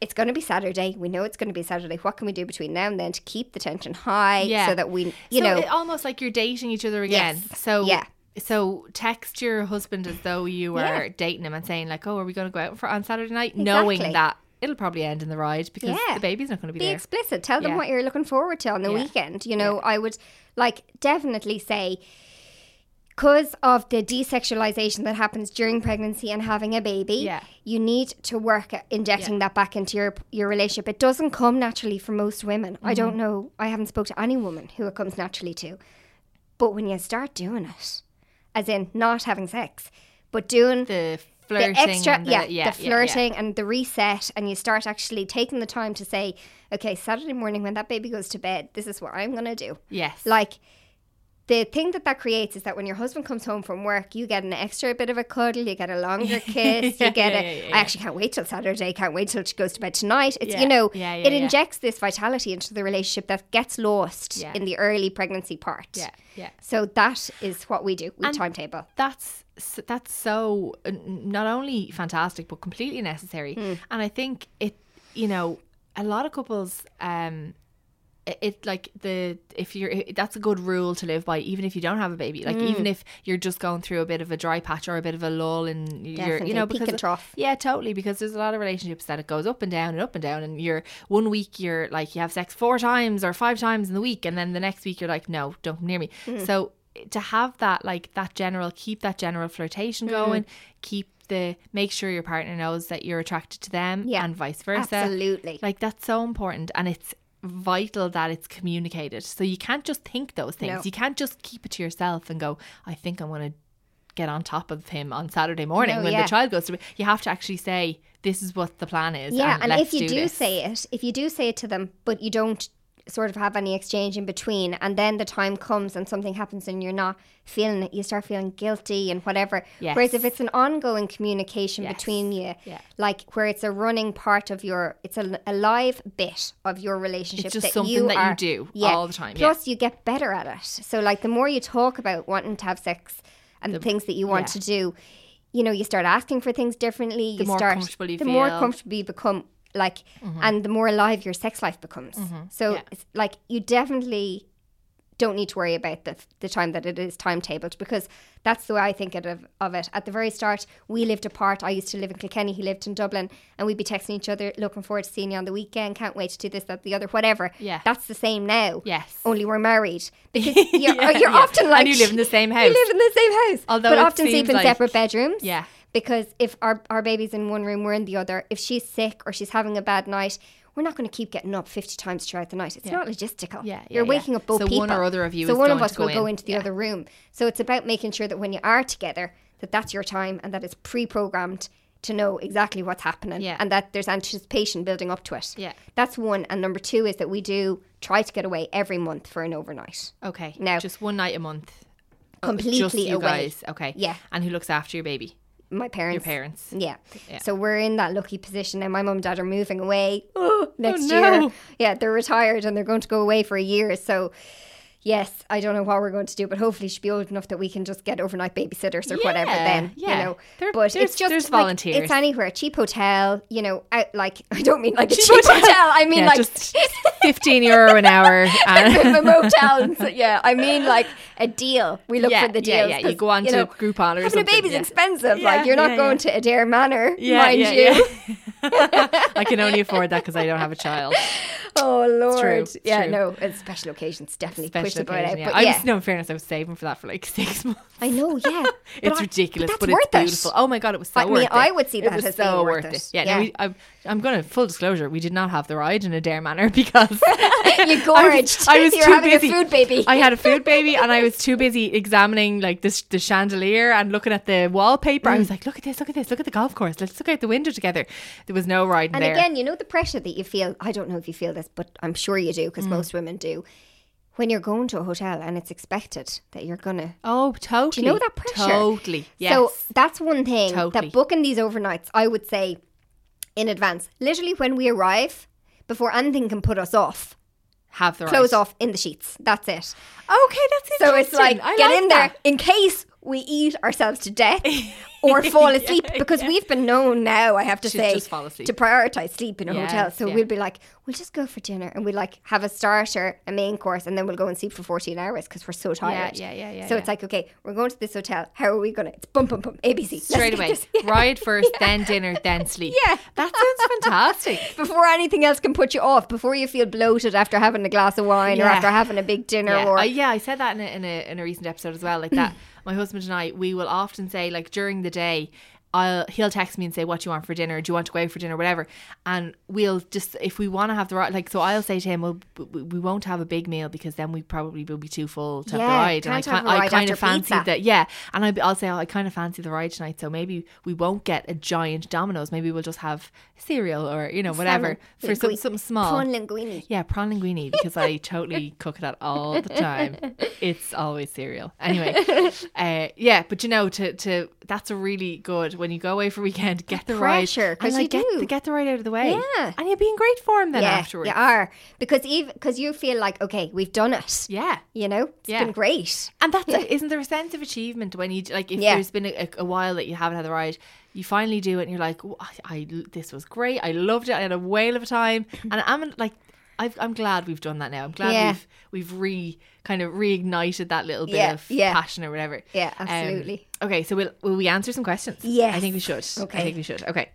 C: it's going to be Saturday. We know it's going to be Saturday. What can we do between now and then to keep the tension high so that we, you
B: So
C: know,
B: it, almost like you're dating each other again.
C: Yes.
B: So
C: Yeah.
B: So text your husband as though you were
C: Yeah.
B: dating him and saying like, "Oh, are we going to go out for on Saturday night?"
C: Exactly.
B: Knowing that it'll probably end in the ride because
C: Yeah.
B: the baby's not going to be,
C: be
B: there.
C: explicit. Tell them
B: Yeah.
C: what you're looking forward to on the
B: Yeah.
C: weekend. You know, I would like definitely say, because of the desexualization that happens during pregnancy and having a baby,
B: Yeah.
C: you need to work at injecting that back into your your relationship. It doesn't come naturally for most women. I
B: Mm-hmm.
C: don't know. I haven't spoke to any woman who it comes naturally to. But when you start doing it, as in not having sex, but doing
B: The
C: the
B: flirting.
C: extra,
B: and
C: yeah, the
B: yeah.
C: flirting and the reset, and you start actually taking the time to say, okay, Saturday morning when that baby goes to bed, this is what I'm gonna do.
B: Yes.
C: Like the thing that that creates is that when your husband comes home from work, you get an extra bit of a cuddle, you get a longer kiss, you get
B: yeah,
C: a. I
B: yeah, yeah,
C: actually can't wait till Saturday, can't wait till she goes to bed tonight. It's
B: Yeah.
C: you know,
B: Yeah, yeah,
C: it
B: yeah.
C: injects this vitality into the relationship that gets lost
B: Yeah.
C: in the early pregnancy part.
B: Yeah. Yeah.
C: So that is what we do. We timetable.
B: that's s- that's so uh, n- not only fantastic but completely necessary
C: Hmm.
B: and i think it you know a lot of couples um it, it like the if you're i- that's a good rule to live by even if you don't have a baby
C: Hmm.
B: like even if you're just going through a bit of a dry patch or a bit of a lull in your you
C: Definitely.
B: know
C: Peak
B: because
C: and trough.
B: yeah, totally. Because there's a lot of relationships that it goes up and down and up and down. And you're one week you're like you have sex four times or five times in the week, and then the next week you're like, no, don't come near me.
C: Mm.
B: So eh, to have that like that general keep that general
C: Mm.
B: flirtation going, keep the make sure your partner knows that you're attracted to them
C: Yeah,
B: and vice versa.
C: absolutely.
B: Like that's so important and it's vital that it's communicated. So you can't just think those things.
C: No.
B: You can't just keep it to yourself and go, I think I'm gonna get on top of him on Saturday morning
C: No,
B: when
C: yeah.
B: the child goes to bed. You have to actually say, "This is what the plan is."
C: Yeah, and,
B: let's
C: if you do,
B: this."
C: say it, if you do say it to them, but you don't sort of have any exchange in between, and then the time comes and something happens and you're not feeling it, you start feeling guilty and whatever.
B: Yes.
C: Whereas if it's an ongoing communication
B: Yes.
C: between you,
B: Yeah.
C: like where it's a running part of your, it's a, a live bit of your relationship.
B: It's just
C: that
B: something
C: you
B: that you
C: are-
B: do
C: yeah.
B: all the time, yeah.
C: Plus, you get better at it. So, like the more you talk about wanting to have sex and the things that you want
B: yeah.
C: to do. You know, you start asking for things differently. you
B: more
C: start
B: comfortable you
C: the more
B: feel. Mm-hmm.
C: comfortable comfortable you become like and the more alive your sex life becomes so
B: Yeah.
C: it's like you definitely don't need to worry about the, the time that it is timetabled because that's the way I think it of, of it. At the very start, we lived apart. I used to live in Kilkenny, he lived in Dublin, and we'd be texting each other, looking forward to seeing you on the weekend, can't wait to do this, that, the other, whatever.
B: Yeah.
C: That's the same now.
B: Yes.
C: Only we're married. Because you're, uh, you're
B: yeah.
C: often
B: And
C: like.
B: you live in the same
C: You
B: house.
C: live in the same house.
B: Although
C: but
B: it
C: often sleep
B: seems
C: in
B: like-
C: separate bedrooms
B: Yeah.
C: because if our, our baby's in one room, we're in the other. If she's sick or she's having a bad night, we're not going to keep getting up 50 times throughout the night. It's not logistical.
B: Yeah, yeah,
C: You're
B: yeah.
C: waking up both
B: So
C: people.
B: one or other of you
C: So
B: is
C: one of
B: going
C: us
B: to go
C: will go
B: in.
C: into the
B: Yeah.
C: other room. So it's about making sure that when you are together, that that's your time and that it's pre-programmed to know exactly what's happening
B: Yeah.
C: and that there's anticipation building up to it.
B: Yeah.
C: That's one. And number two is that we do try to get away every month for an overnight.
B: "Okay,
C: No.
B: just one night a month, Oh, just
C: Completely
B: you
C: away.
B: guys, okay,
C: Yeah.
B: and who looks after your baby?
C: My parents.
B: Your parents,
C: Yeah.
B: Yeah.
C: So we're in that lucky position now. My mum and dad are moving away next
B: Oh, no.
C: year. Yeah, they're retired and they're going to go away for a year. So, yes, I don't know what we're going to do, but hopefully she'll be old enough that we can just get overnight babysitters or whatever
B: Yeah,
C: then.
B: yeah.
C: You know,
B: There-
C: but
B: there's-
C: it's just
B: there's
C: like,
B: volunteers.
C: It's anywhere. Cheap hotel, you know, out, like, I don't mean like a cheap hotel. I mean
B: yeah,
C: like
B: just fifteen euro an hour, and
C: a motel. And so, yeah, I mean like a deal. We look
B: Yeah,
C: for the
B: yeah,
C: deals.
B: yeah, you
C: 'cause,
B: go on to Groupon or
C: having
B: something,
C: a baby's
B: yeah.
C: expensive.
B: Yeah,
C: like you're not
B: yeah,
C: going to Adair Manor, mind you.
B: yeah. I can only afford that because I don't have a child.
C: Oh lord,
B: it's
C: yeah,
B: true.
C: no, it's special occasions definitely
B: Special
C: push the boat out.
B: occasion, yeah.
C: But
B: I
C: yeah,
B: was, no, in fairness, I was saving for that for like six months.
C: I know, yeah, But
B: It's
C: I-
B: ridiculous,
C: that's
B: but, it's
C: worth it.
B: beautiful. Oh my god, it was so
C: I mean,
B: worth it.
C: I would see
B: It
C: that
B: was
C: as
B: so
C: being
B: worth
C: worth
B: it.
C: it.
B: Yeah,
C: Yeah.
B: No, we, I'm, I'm going to full disclosure. We did not have the ride in Adair Manor because
C: You gorged.
B: I was, I was
C: You're
B: too
C: having a
B: busy.
C: food baby.
B: I had a food baby, and I was too busy examining like this the chandelier and looking at the wallpaper.
C: Mm.
B: I was like, look at this, look at this, look at the golf course. Let's look out the window together. There was no ride
C: And
B: there.
C: again, you know the pressure that you feel. I don't know if you feel this, but I'm sure you do
B: Mm.
C: because most women do. When you're going to a hotel and it's expected that you're gonna
B: oh, totally.
C: Do you know that pressure?
B: Totally. Yes.
C: So that's one thing
B: Totally.
C: that booking these overnights, I would say in advance. Literally when we arrive, before anything can put us off,
B: have the ride.
C: clothes off in the sheets. That's it.
B: Okay, that's
C: So it's
B: interesting.
C: like
B: I
C: get
B: like
C: in there
B: that.
C: in case we eat ourselves to death or fall asleep because we've been known now, I have to
B: To
C: say,
B: just fall asleep.
C: to prioritize sleep in a
B: Yeah,
C: hotel. So
B: yeah.
C: we'll be like, we'll just go for dinner and we'll like have a starter, a main course, and then we'll go and sleep for 14 hours because we're so tired.
B: yeah, yeah, yeah,
C: So it's
B: yeah.
C: like, okay, we're going to this hotel. How are we going to? It's bum, bum, bum, ABC. Let's
B: Straight
C: get
B: away.
C: this- yeah.
B: Ride first, then dinner, then sleep.
C: Yeah.
B: That sounds fantastic.
C: Before anything else can put you off, before you feel bloated after having a glass of wine or
B: Yeah.
C: after having a big dinner
B: yeah.
C: or
B: I, yeah, I said that in a, in a in a recent episode as well. Like that, my husband and I, we will often say like during the day, I'll he'll text me and say what do you want for dinner, do you want to go out for dinner, whatever, and we'll just if we want to have the ride, like so I'll say to him, well, b- we we won't have a big meal because then we probably will be too full to have
C: Yeah,
B: the ride, and I,
C: can't have
B: kin-
C: a
B: I
C: ride
B: kind
C: after
B: of fancy
C: pizza.
B: that, yeah, and I, I'll say oh, I kind of fancy the ride tonight, so maybe we won't get a giant Domino's, maybe we'll just have cereal or you know whatever for some, something small,
C: Prawn linguine.
B: yeah, prawn linguine because I totally cook that all the time. It's always cereal. Anyway, uh, yeah, but you know, to to that's a really good when you go away for a weekend, get the
C: pressure,
B: right,
C: 'cause you
B: get
C: do.
B: the, get the right out of the way,
C: Yeah.
B: and you'll be in great form then
C: yeah,
B: afterwards.
C: you are because even because you feel like okay, we've done it.
B: Yeah.
C: You know, it's
B: Yeah.
C: been great.
B: And that's it. Isn't there a sense of achievement when you like if
C: Yeah.
B: there's been a, a while that you haven't had the ride, you finally do it, and you're like, "Oh, I, I- this was great. I loved it. I had a whale of a time, and I'm like. I've, I'm glad we've done that now. I'm glad
C: Yeah.
B: we've we've re kind of reignited that little bit
C: Yeah,
B: of
C: yeah.
B: passion or whatever.
C: Yeah,
B: Um,
C: absolutely.
B: okay, so will will we answer some questions?
C: Yes.
B: I think we should.
C: Okay.
B: I think we should. Okay,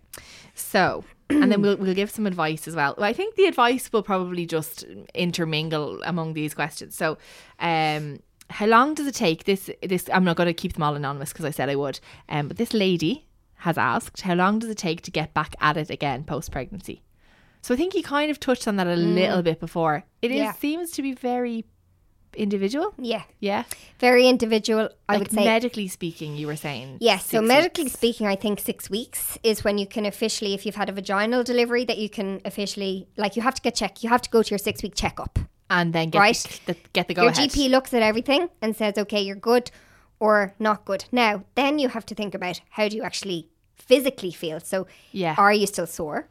B: so and then we'll we'll give some advice as well. well. I think the advice will probably just intermingle among these questions. So, um, how long does it take? This this I'm not going to keep them all anonymous because I said I would. Um, but this lady has asked, how long does it take to get back at it again post pregnancy? So I think you kind of touched on that a little bit before. It is
C: Mm. Yeah.
B: seems to be very individual.
C: Yeah.
B: Yeah,
C: Very individual, I
B: like
C: would say.
B: medically speaking, you were saying.
C: Yes, so
B: six
C: medically
B: weeks.
C: speaking, I think six weeks is when you can officially, if you've had a vaginal delivery, that you can officially, like, you have to get checked. You have to go to your six week checkup.
B: and then get
C: Right.
B: the, the, get the go
C: your
B: ahead.
C: GP looks at everything and says, okay, you're good or not good. Now, then you have to think about how do you actually physically feel? So,
B: Yeah.
C: are you still sore?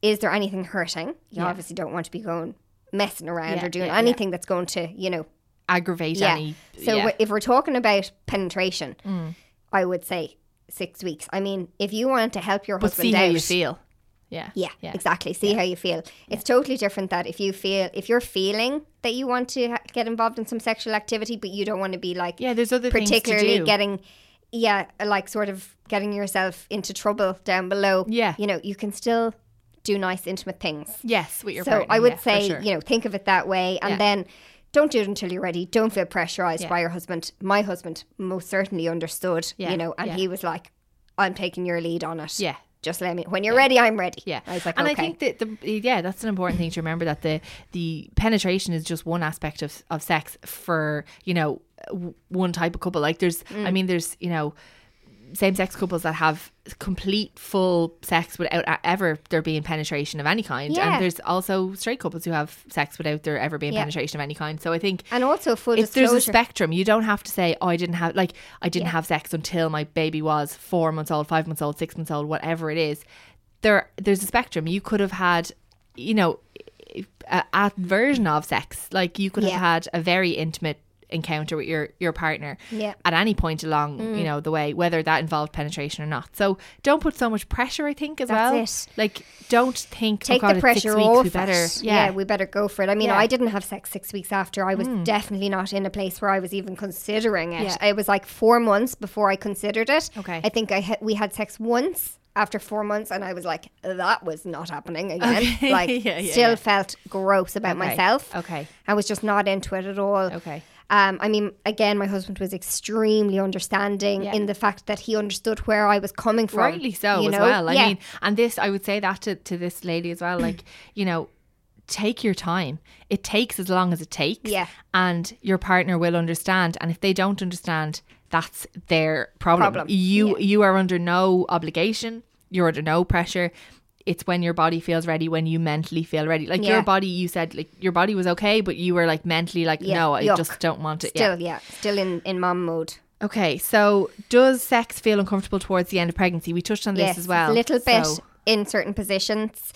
C: Is there anything hurting? You obviously don't want to be going messing around
B: Yeah,
C: or doing
B: yeah, yeah.
C: anything that's going to, you know,
B: aggravate any.
C: So
B: yeah. Mm.
C: we- if we're talking about penetration, I would say six weeks. I mean, if you want to help your
B: but
C: husband
B: see how
C: out,
B: you feel. Yeah.
C: Yeah, exactly. See how you feel. It's totally different that if you feel if you're feeling that you want to ha- get involved in some sexual activity, but you don't want to be like
B: Yeah, there's other things to
C: particularly
B: do.
C: getting yeah like sort of getting yourself into trouble down below.
B: Yeah.
C: you know you can still do nice intimate things
B: Yes, with your
C: so
B: partner,
C: I would
B: yeah, for
C: say,
B: sure.
C: you know, think of it that way, and
B: Yeah.
C: then don't do it until you're ready. Don't feel pressurized
B: Yeah.
C: by your husband. My husband most certainly understood,
B: Yeah,
C: you know, and
B: yeah.
C: he was like, "I'm taking your lead on it.
B: Yeah.
C: just let me. When you're ready, I'm ready.
B: Yeah,
C: I was like,
B: and
C: okay,
B: I think that the yeah, that's an important thing to remember that the the penetration is just one aspect of of sex for you know w- one type of couple. Like there's,
C: Mm.
B: I mean, there's you know same sex couples that have complete full sex without a- ever there being penetration of any kind,
C: Yeah.
B: and there's also straight couples who have sex without there ever being
C: Yeah.
B: penetration of any kind. So I think
C: and also full
B: it's, there's a
C: disclosure.
B: spectrum. You don't have to say, "Oh, I didn't have like I didn't have sex until my baby was four months old, five months old, six months old, whatever it is." There, there's a spectrum. You could have had, you know, a, a version of sex. Like you could
C: Yeah.
B: have had a very intimate encounter with your your partner
C: Yeah. Mm.
B: at any point along you know the way whether that involved penetration or not so don't put so much pressure i think as
C: That's
B: well
C: it.
B: like don't think
C: Take
B: oh God,
C: the
B: it's six
C: pressure
B: weeks,
C: off.
B: we better
C: it. Yeah. we better go for it. I mean,
B: Yeah. Hmm.
C: I didn't have sex six weeks after. I was definitely not in a place where I was even considering it.
B: Yeah.
C: It was like four months before I considered it.
B: Okay.
C: I think I ha- we had sex once after four months, and I was like, that was not happening again.
B: Okay.
C: Like,
B: Yeah, yeah,
C: still
B: yeah.
C: felt gross about
B: Okay.
C: myself.
B: Okay.
C: I was just not into it at all.
B: Okay.
C: Um, I mean, again, my husband was extremely understanding
B: Yeah.
C: in the fact that he understood where I was coming from.
B: rightly so
C: you
B: as
C: know?
B: well. I
C: Yeah.
B: mean, and this I would say that to, to this lady as well. Like, you know, take your time. It takes as long as it takes.
C: Yeah.
B: And your partner will understand. And if they don't understand, that's their problem.
C: Problem.
B: You you are under no obligation. You're under no pressure. It's when your body feels ready, when you mentally feel ready. Like
C: Yeah.
B: your body, you said like your body was okay, but you were like mentally like,
C: Yeah.
B: no, I
C: Yuck.
B: just don't want it.
C: still, yeah, still in, in mom mode.
B: Okay. So does sex feel uncomfortable towards the end of pregnancy? We touched on this as well.
C: A little bit
B: So-
C: in certain positions.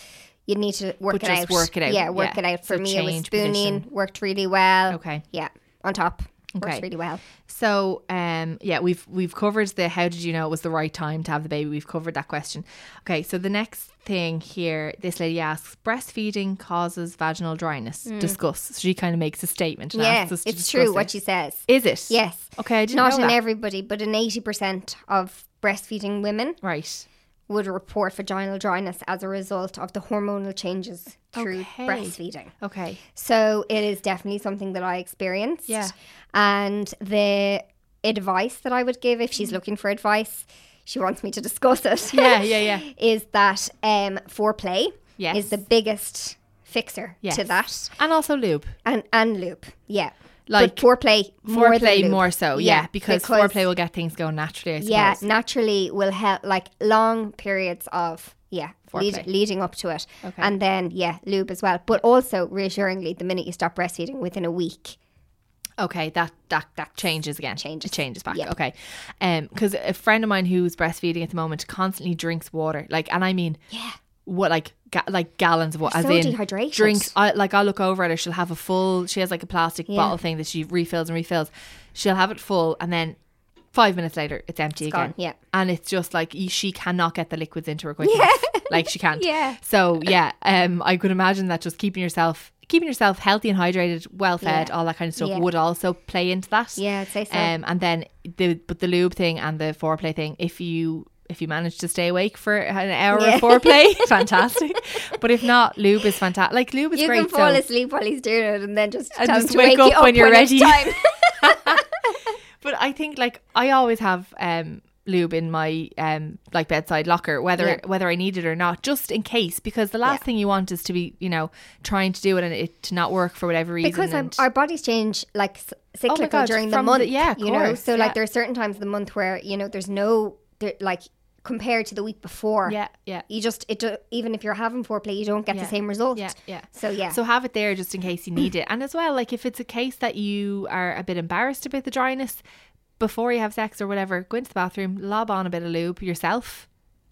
C: You need to work
B: But
C: it
B: just
C: out.
B: work it out,
C: Yeah, work
B: yeah.
C: it out. For
B: So
C: me, it was
B: change
C: spooning
B: position.
C: worked really well.
B: Okay.
C: Yeah, on top. Works
B: Okay.
C: really well.
B: So um yeah, we've we've covered the how did you know it was the right time to have the baby. We've covered that question. Okay, so the next thing here, this lady asks, breastfeeding causes vaginal dryness. Discuss. So she kind of makes a statement. And
C: Hmm. Yeah,
B: asks us to
C: it's true
B: discuss
C: what
B: it.
C: she says.
B: Is it?
C: Yes.
B: Okay, I didn't
C: Not
B: know
C: in
B: that.
C: everybody, but in 80% of breastfeeding women
B: Right.
C: would report vaginal dryness as a result of the hormonal changes through
B: Okay.
C: breastfeeding.
B: Okay.
C: So it is definitely something that I experienced.
B: Yeah.
C: And the advice that I would give if she's looking for advice, she wants me to discuss it.
B: Mm. Yeah, yeah, yeah.
C: Is that um, foreplay
B: Yes.
C: is the biggest fixer
B: Yes.
C: to that.
B: And also lube.
C: And and loop. Yeah.
B: Like,
C: but foreplay more than
B: Foreplay
C: lube.
B: more so, yeah, because, foreplay will get things going naturally, I suppose.
C: yeah, naturally will help like long periods of yeah lead,
B: Foreplay.
C: leading up to it, and then yeah lube as well. But also reassuringly, the minute you stop breastfeeding, within a week,
B: Okay, that that that changes again.
C: Changes.
B: It changes back.
C: Yeah.
B: Okay, um, because a friend of mine who's breastfeeding at the moment constantly drinks water, like, and I mean, yeah, what like ga- like gallons of water,
C: They're
B: as
C: so
B: in
C: dehydrated.
B: drinks. I like I look over at her, she'll have a full. She has like a plastic bottle thing that she refills and refills. She'll have it full, and then five minutes later, it's empty
C: It's
B: again.
C: gone, yeah.
B: and it's just like y- she cannot get the liquids into her quickly. enough. like she can't.
C: Yeah.
B: So yeah, um, I could imagine that just keeping yourself keeping yourself healthy and hydrated, well fed,
C: Yeah.
B: all that kind of stuff
C: Yeah.
B: would also play into that.
C: Yeah, I'd say so.
B: Um, and then the but the lube thing and the foreplay thing, if you if you manage to stay awake for an hour
C: Yeah.
B: of foreplay, fantastic. But if not, lube is fantastic. Like lube is
C: you
B: great.
C: can fall
B: so-
C: asleep while he's doing it, and then just
B: And
C: tell him
B: just
C: to
B: wake
C: wake, you
B: up
C: up
B: when you're ready.
C: It's time.
B: But I think like I always have um lube in my um like bedside locker whether
C: Yeah.
B: whether I need it or not just in case because the last thing you want is to be you know trying to do it and it to not work for whatever reason
C: because our,
B: and-
C: our bodies change like s- cyclical
B: Oh God,
C: during the
B: from the-
C: month.
B: yeah, of
C: you know.
B: course,
C: So
B: yeah.
C: like there are certain times of the month where you know there's no there, like compared to the week before.
B: Yeah, yeah.
C: You just it do- even if you're having foreplay, you don't get
B: Yeah,
C: the same result.
B: yeah, yeah.
C: So yeah.
B: So have it there just in case you need it. And as well, like if it's a case that you are a bit embarrassed about the dryness before you have sex or whatever, go into the bathroom, lob on a bit of lube yourself,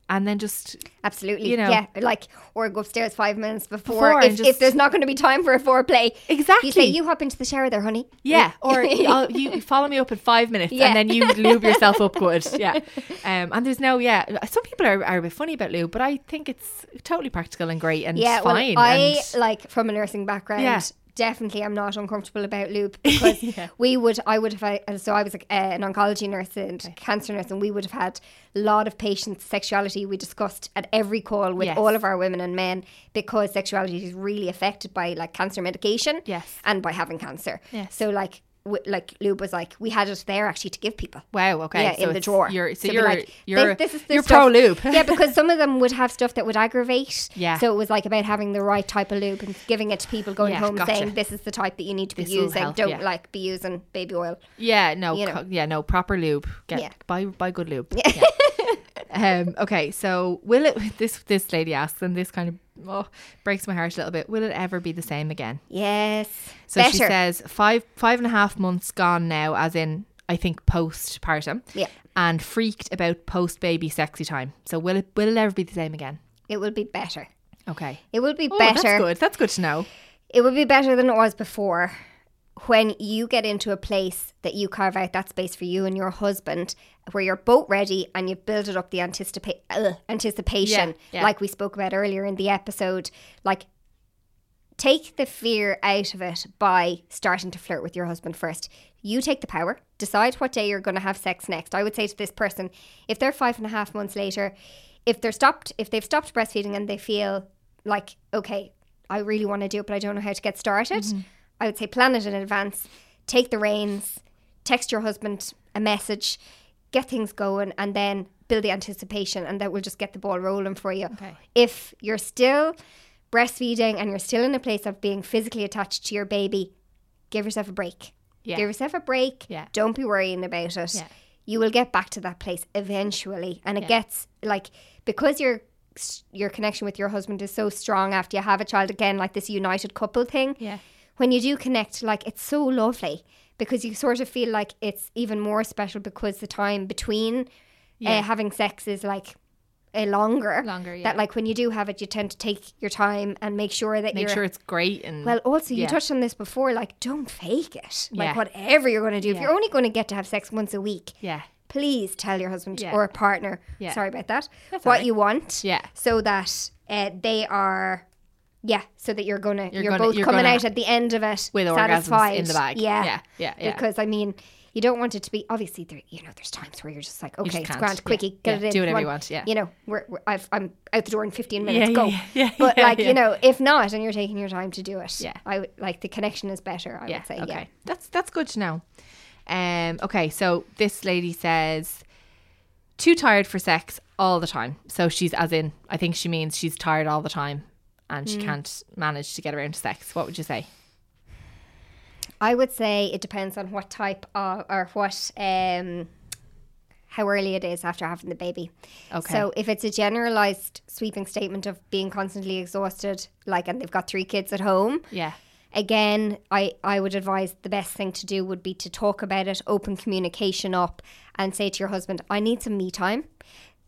B: and then just
C: Absolutely.
B: you know.
C: yeah. Like, or go upstairs five minutes before.
B: Before
C: if,
B: and
C: if
B: just-
C: there's not going to be time for a foreplay, You
B: Exactly.
C: say you hop into the shower there, honey.
B: yeah, or I'll, you follow me up in five minutes,
C: Yeah.
B: and then you lube yourself up good. Yeah, um, and there's no yeah. Some people are, are a bit funny about lube, but I think it's totally practical and great and
C: Yeah. Well,
B: fine.
C: I
B: and
C: like from a nursing background.
B: Yeah.
C: Definitely, I'm not uncomfortable about lube because we would, I would have, had- so I was like, uh, an oncology nurse and cancer nurse, and we would have had a lot of patients' sexuality we discussed at every call with
B: Yes.
C: all of our women and men because sexuality is really affected by like cancer medication
B: Yes.
C: and by having cancer.
B: Yes.
C: So, like, w- like lube was like, we had it there actually to give people.
B: wow. Okay.
C: yeah,
B: so
C: in the
B: it's-
C: drawer.
B: You're, so
C: To be
B: you're
C: like,
B: you're
C: "This- this is the
B: you're pro
C: stuff."
B: lube.
C: yeah, because some of them would have stuff that would aggravate.
B: Yeah.
C: So it was like about having the right type of lube and giving it to people going
B: Yeah,
C: home
B: gotcha.
C: saying this is the type that you need to be
B: This will
C: using.
B: help,
C: Don't
B: yeah.
C: like be using baby oil.
B: Yeah, no,
C: You know.
B: co- yeah, no, proper lube. Get
C: Yeah.
B: buy buy good lube. Yeah. um, okay, so will it? This this lady asks, and this kind of oh, breaks my heart a little bit. Will it ever be the same again?
C: Yes.
B: So
C: Better.
B: she says five five and a half months gone now, as in I think postpartum.
C: Yeah.
B: and freaked about post baby sexy time. So will it will it ever be the same again?
C: it will be better.
B: Okay.
C: It will be
B: Oh,
C: better.
B: That's good. That's good to know.
C: It will be better than it was before. When you get into a place that you carve out that space for you and your husband, where you're both ready and you've built it up the anticipa- ugh, anticipation,
B: Yeah, yeah.
C: like we spoke about earlier in the episode, like take the fear out of it by starting to flirt with your husband first. You take the power, decide what day you're going to have sex next. I would say to this person, if they're five and a half months later, if they're stopped, if they've stopped breastfeeding and they feel like, okay, I really want to do it, but I don't know how to get started, I would say plan it in advance, take the reins, text your husband a message, get things going, and then build the anticipation, and that will just get the ball rolling for you.
B: Okay.
C: If you're still breastfeeding and you're still in a place of being physically attached to your baby, give yourself a break.
B: Yeah.
C: Give yourself a break.
B: Yeah.
C: Don't be worrying about it.
B: Yeah.
C: You will get back to that place eventually, and it gets like because your your connection with your husband is so strong after you have a child again, like this united couple thing
B: Yeah.
C: when you do connect, like it's so lovely because you sort of feel like it's even more special because the time between uh, having sex is like uh, longer.
B: Longer, yeah.
C: That like when you do have it, you tend to take your time and make sure that
B: Make
C: you're
B: sure it's great and
C: well, also, you
B: yeah.
C: touched on this before. Like, don't fake it.
B: Yeah.
C: Like, whatever you're going to do, if you're only going to get to have sex once a week,
B: Yeah.
C: please tell your husband
B: Yeah.
C: or partner,
B: Yeah.
C: sorry about that,
B: That's all
C: what
B: right.
C: you want.
B: Yeah.
C: So that uh, they are, yeah, so that you're going to,
B: You're
C: you're,
B: gonna-
C: both
B: you're
C: coming
B: gonna-
C: out at the end of it
B: With orgasms
C: satisfied.
B: in the bag.
C: Yeah.
B: Yeah, yeah, yeah.
C: Because, I mean, you don't want it to be, obviously, there, you know, there's times where you're just like,
B: just
C: okay, it's
B: can't.
C: grand,
B: Yeah.
C: quickie,
B: Yeah.
C: get it in.
B: Do
C: come
B: whatever you
C: on.
B: want, yeah.
C: You know, we're, we're, I've, I'm out the door in 15
B: Yeah,
C: minutes,
B: yeah,
C: go.
B: yeah, yeah,
C: but,
B: yeah,
C: like,
B: yeah.
C: you know, if not, and you're taking your time to do it,
B: Yeah.
C: I w- like the connection is better. I would say,
B: Okay.
C: yeah.
B: That's that's good to know. Um okay, so this lady says too tired for sex all the time. So she's as in I think she means she's tired all the time and
C: Hmm.
B: she can't manage to get around to sex. What would you say?
C: I would say it depends on what type of or what um how early it is after having the baby.
B: Okay.
C: So if it's a generalized sweeping statement of being constantly exhausted, like and they've got three kids at home,
B: Yeah.
C: again, I, I would advise the best thing to do would be to talk about it, open communication up, and say to your husband, I need some me time.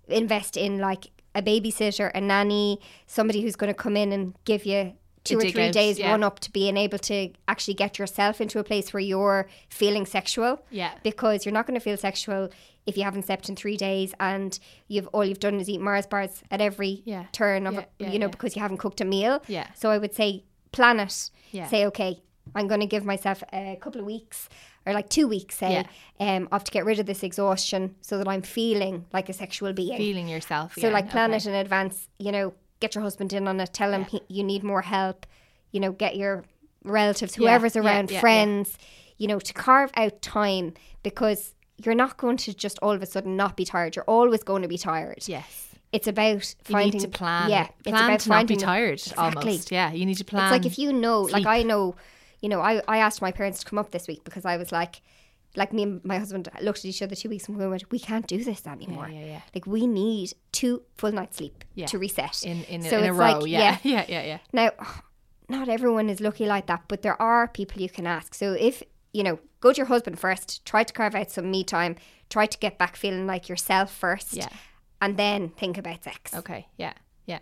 C: Invest in like a babysitter, a nanny, somebody who's going to come in and give you two or
B: dig
C: three
B: out,
C: days
B: yeah.
C: run up to being able to actually get yourself into a place where you're feeling sexual.
B: Yeah.
C: Because you're not going to feel sexual if you haven't slept in three days and you've all you've done is eat Mars bars at every
B: Yeah.
C: turn of
B: Yeah,
C: it,
B: yeah,
C: you know,
B: yeah.
C: because you haven't cooked a meal.
B: Yeah.
C: So I would say plan it.
B: Yeah.
C: Say, okay, I'm going to give myself a couple of weeks or like two weeks, say,
B: Yeah.
C: um, I have to get rid of this exhaustion so that I'm feeling like a sexual being.
B: Feeling yourself.
C: so,
B: yeah,
C: like, plan
B: okay.
C: it in advance, you know, get your husband in on it, tell him he, you need more help, you know, get your relatives, whoever's
B: yeah,
C: around,
B: yeah, yeah.
C: friends, you know, to carve out time because you're not going to just all of a sudden not be tired. You're always going to be tired.
B: Yes.
C: It's about
B: You need
C: finding
B: to plan.
C: Yeah,
B: plan to not be
C: the-
B: tired
C: Exactly.
B: almost. Yeah. You need to plan.
C: It's like if you know,
B: sleep.
C: like I know, you know, I, I asked my parents to come up this week because I was like, like me and my husband looked at each other two weeks ago and went, we can't do this anymore.
B: yeah, yeah.
C: Like we need two full nights sleep
B: Yeah.
C: to reset.
B: in in,
C: So
B: in a
C: it's
B: row.
C: like,
B: yeah. Yeah, yeah, yeah.
C: Now, not everyone is lucky like that, but there are people you can ask. So if, you know, go to your husband first, try to carve out some me time, try to get back feeling like yourself first.
B: Yeah.
C: And then think about sex.
B: Okay. Yeah. Yeah.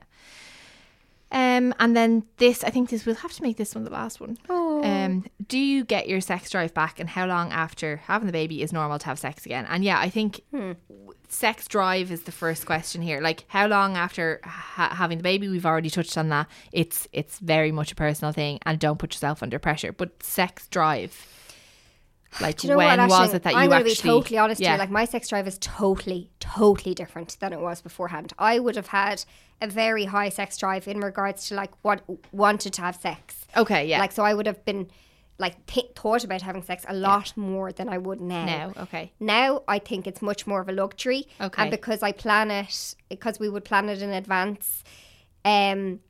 B: Um, and then this, I think this we'll have to make this one the last one. Oh. Um, do you get your sex drive back, and how long after having the baby is normal to have sex again? And yeah, I think
C: Hmm.
B: w- sex drive is the first question here. Like, how long after ha- having the baby? We've already touched on that. It's it's very much a personal thing, and don't put yourself under pressure. But sex drive, like
C: Do you know
B: when
C: what? Actually,
B: was it that
C: I'm
B: you
C: gonna
B: actually?
C: be totally honest
B: yeah,
C: here. Like my sex drive is totally, totally different than it was beforehand. I would have had a very high sex drive in regards to like what wanted to have sex.
B: okay, yeah,
C: Like so, I would have been like th- thought about having sex a lot more than I would now.
B: now, okay,
C: Now I think it's much more of a luxury.
B: Okay.
C: And because I plan it, because we would plan it in advance, um,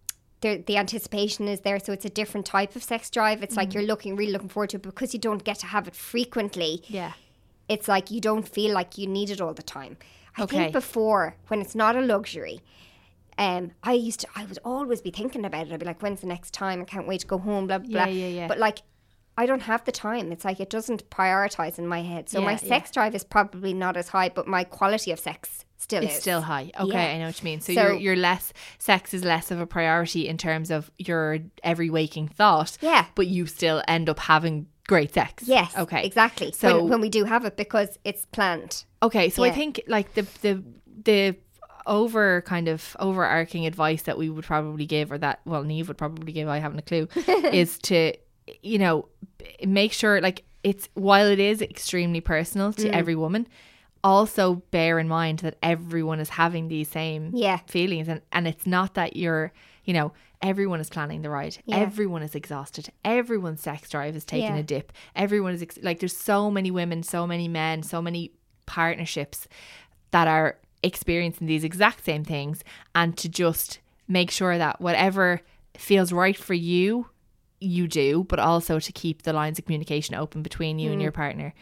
C: there, the anticipation is there. So it's a different type of sex drive. It's
B: Mm.
C: like you're looking, really looking forward to it. Because you don't get to have it frequently,
B: yeah,
C: it's like you don't feel like you need it all the time. I
B: Okay.
C: think before, when it's not a luxury, um, I used to, I would always be thinking about it. I'd be like, when's the next time? I can't wait to go home, blah, blah,
B: Yeah,
C: blah.
B: yeah, yeah.
C: But like, I don't have the time. It's like it doesn't prioritize in my head. So
B: Yeah,
C: my
B: yeah.
C: sex drive is probably not as high, but my quality of sex still
B: It's
C: is.
B: still high. Okay,
C: Yeah.
B: I know what you mean. So,
C: So-
B: you're, you're less sex is less of a priority in terms of your every waking thought.
C: Yeah.
B: but you still end up having great sex.
C: Yes.
B: Okay.
C: Exactly.
B: So
C: when, when we do have it, because it's planned.
B: Okay, so I
C: Yeah.
B: think like the the the over kind of overarching advice that we would probably give, or that well, Neve would probably give. I haven't a clue. is to you know b- make sure like it's while it is extremely personal
C: Mm.
B: to every woman. Also, bear in mind that everyone is having these same
C: Yeah.
B: feelings, and and it's not that you're you know everyone is planning the ride, everyone is exhausted, everyone's sex drive is taking
C: Yeah.
B: a dip. Everyone is ex- like, there's so many women, so many men, so many partnerships that are experiencing these exact same things. And to just make sure that whatever feels right for you, you do, but also to keep the lines of communication open between you and your partner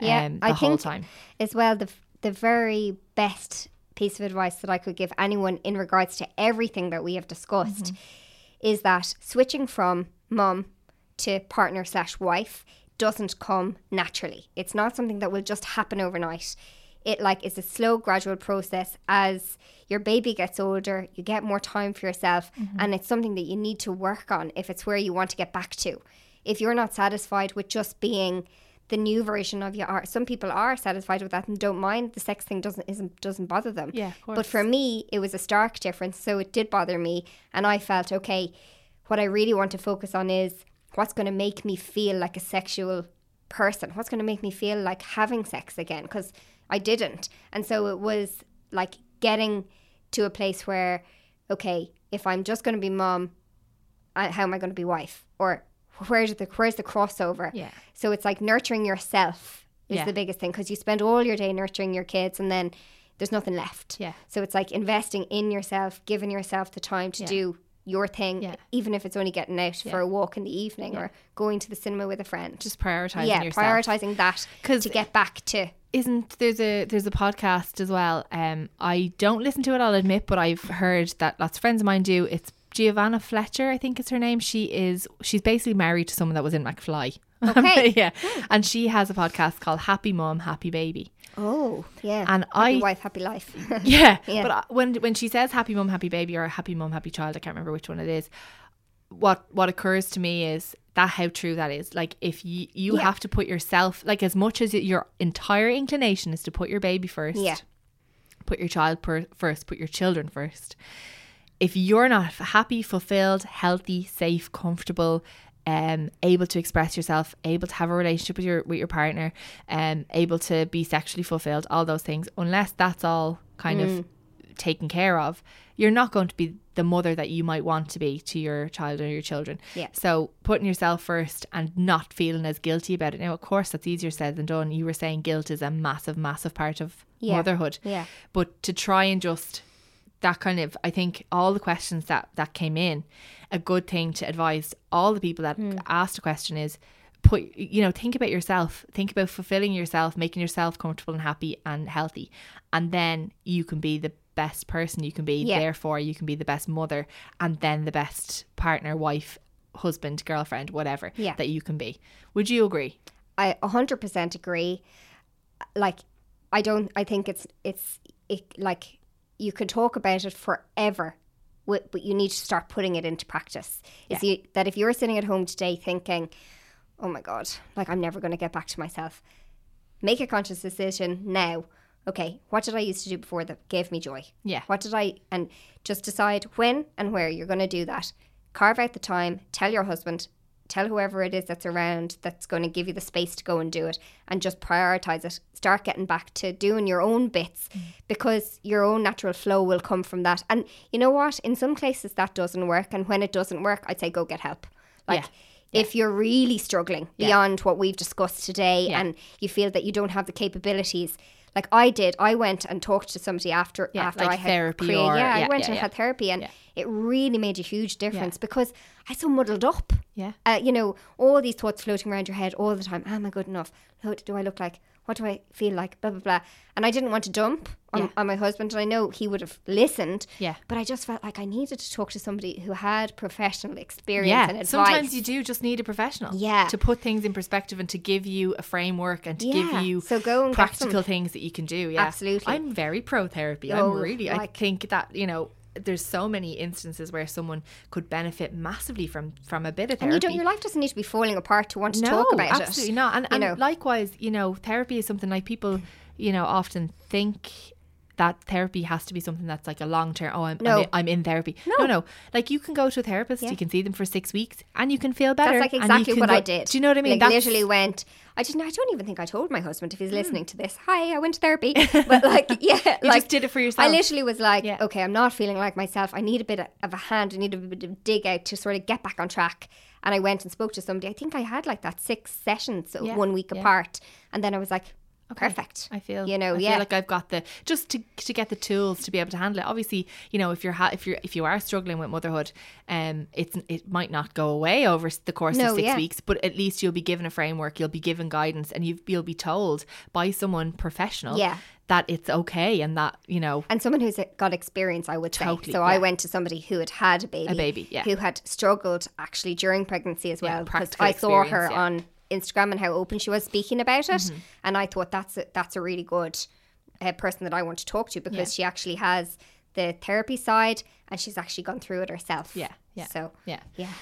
C: Mm. Yeah,
B: um, the
C: I
B: whole
C: think-
B: time.
C: as well the the very best piece of advice that I could give anyone in regards to everything that we have
B: Mm-hmm.
C: discussed is that switching from mom to partner slash wife doesn't come naturally. It's not something that will just happen overnight. it like is a slow gradual process as your baby gets older you get more time for yourself
B: Mm-hmm.
C: and it's something that you need to work on if it's where you want to get back to if you're not satisfied with just being the new version of you are some people are satisfied with that and don't mind the sex thing doesn't isn't doesn't bother them
B: Yeah, of
C: but for me it was a stark difference so it did bother me and i felt okay what i really want to focus on is what's going to make me feel like a sexual person what's going to make me feel like having sex again because i didn't and so it was like getting to a place where okay if i'm just going to be mom uh, how am I going to be wife? Or where's the where's the crossover?
B: Yeah.
C: So it's like nurturing yourself is
B: Yeah.
C: the biggest thing because you spend all your day nurturing your kids and then there's nothing left.
B: Yeah.
C: So it's like investing in yourself, giving yourself the time to do your thing,
B: Yeah.
C: even if it's only getting out for a walk in the evening or going to the cinema with a friend.
B: Just prioritizing
C: yeah,
B: yourself.
C: prioritizing that
B: 'Cause-
C: to get back to
B: isn't there's a there's a podcast as well. Um, I don't listen to it, I'll admit, but I've heard that lots of friends of mine do. It's Giovanna Fletcher, I think is her name. She is she's basically married to someone that was in McFly.
C: Okay. Hmm.
B: yeah, and she has a podcast called Happy Mom, Happy Baby.
C: oh yeah,
B: And
C: happy
B: I-
C: wife, happy life.
B: Yeah,
C: Yeah.
B: but I- when when she says happy mum, happy baby, or happy mum, happy child, I can't remember which one it is. What what occurs to me is that how true that is. Like if you you have to put yourself like as much as your entire inclination is to put your baby first.
C: Yeah.
B: Put your child per- first. Put your children first. If you're not happy, fulfilled, healthy, safe, comfortable, um, able to express yourself, able to have a relationship with your with your partner, um, able to be sexually fulfilled, all those things, unless that's all kind of taken care of, you're not going to be the mother that you might want to be to your child or your children.
C: Yeah.
B: So putting yourself first and not feeling as guilty about it. Now, of course, that's easier said than done. You were saying guilt is a massive, massive part of
C: Yeah.
B: motherhood.
C: Yeah.
B: But to try and just that kind of I think all the questions that that came in, a good thing to advise all the people that
C: Mm.
B: asked a question is put you know think about yourself think about fulfilling yourself making yourself comfortable and happy and healthy and then you can be the best person you can be
C: Yeah.
B: therefore you can be the best mother and then the best partner wife husband girlfriend whatever
C: Yeah.
B: that you can be would you agree
C: I 100% agree. Like I don't I think it's it's it, like you can talk about it forever wi- but you need to start putting it into practice. Is you, that if you're sitting at home today thinking, "Oh my god, like I'm never going to get back to myself." Make a conscious decision now. Okay, what did I used to do before that gave me joy?
B: Yeah.
C: What did I and just decide when and where you're going to do that. Carve out the time, tell your husband, tell whoever it is that's around that's going to give you the space to go and do it and just prioritize it. Start getting back to doing your own bits
B: Mm.
C: because your own natural flow will come from that. And you know what? In some cases that doesn't work and when it doesn't work, I'd say go get help. Like
B: Yeah.
C: if you're really struggling beyond what we've discussed today and you feel that you don't have the capabilities like I did, I went and talked to somebody after
B: Yeah,
C: after
B: like
C: I had
B: therapy
C: Korea.
B: or-
C: yeah,
B: yeah,
C: I went
B: yeah,
C: and
B: yeah.
C: had therapy and
B: Yeah.
C: it really made a huge difference because I so muddled up.
B: Yeah.
C: Uh, you know, all these thoughts floating around your head all the time. Am I good enough? What do I look like? What do I feel like? Blah blah blah. And I didn't want to dump on, on my husband and I know he would have listened.
B: Yeah.
C: But I just felt like I needed to talk to somebody who had professional experience and advice.
B: sometimes you do just need a professional.
C: Yeah.
B: to put things in perspective and to give you a framework and to
C: Yeah.
B: give you
C: So go and get
B: practical
C: some.
B: things that you can do. Yeah,
C: Absolutely.
B: I'm very pro therapy.
C: Oh,
B: I'm really. I
C: like-
B: think that you know. There's so many instances where someone could benefit massively from from a bit of therapy.
C: and you don't your life doesn't need to be falling apart to want to
B: no,
C: talk about it.
B: absolutely not. And,
C: you
B: and
C: know.
B: likewise, you know, therapy is something like people, you know, often think that therapy has to be something that's like a long term. Oh, I'm,
C: No.
B: I'm, in, I'm in therapy. No. no, Like you can go to a therapist, you can see them for six weeks, and you can feel better.
C: That's like
B: and you
C: exactly
B: can
C: what
B: go-
C: I did.
B: Do you know what I mean?
C: Like
B: That's- Hmm.
C: literally went. I just. I don't even think I told my husband if he's listening to this. Hi, I went to therapy, but like, yeah,
B: You
C: like
B: just did it for
C: I
B: yourself.
C: literally was like,
B: Yeah.
C: okay, I'm not feeling like myself. I need a bit of a hand. I need a bit of a dig out to sort of get back on track. And I went and spoke to somebody. I think I had like that six sessions, so
B: Yeah,
C: one week
B: yeah.
C: apart, and then I was like, perfect.
B: I feel
C: you know,
B: I
C: yeah,
B: feel like I've got the just to to get the tools to be able to handle it. Obviously, you know, if you're ha- if you're if you are struggling with motherhood, um, it's it might not go away over s- the course
C: No,
B: of six
C: yeah.
B: weeks, but at least you'll be given a framework, you'll be given guidance, and you you'll be told by someone professional,
C: Yeah.
B: that it's okay and that you know,
C: and someone who's uh, got experience, I would say.
B: Totally,
C: So I
B: yeah.
C: went to somebody who had had a baby,
B: baby, yeah.
C: who had struggled actually during pregnancy as well. because
B: practical
C: I saw her
B: experience, yeah. Mm-hmm.
C: on Instagram and how open she was speaking about it, and I thought that's a, that's a really good. uh, person that I want to talk to because she actually has the therapy side and she's actually gone through it herself.
B: Yeah, yeah,
C: So
B: yeah.
C: yeah.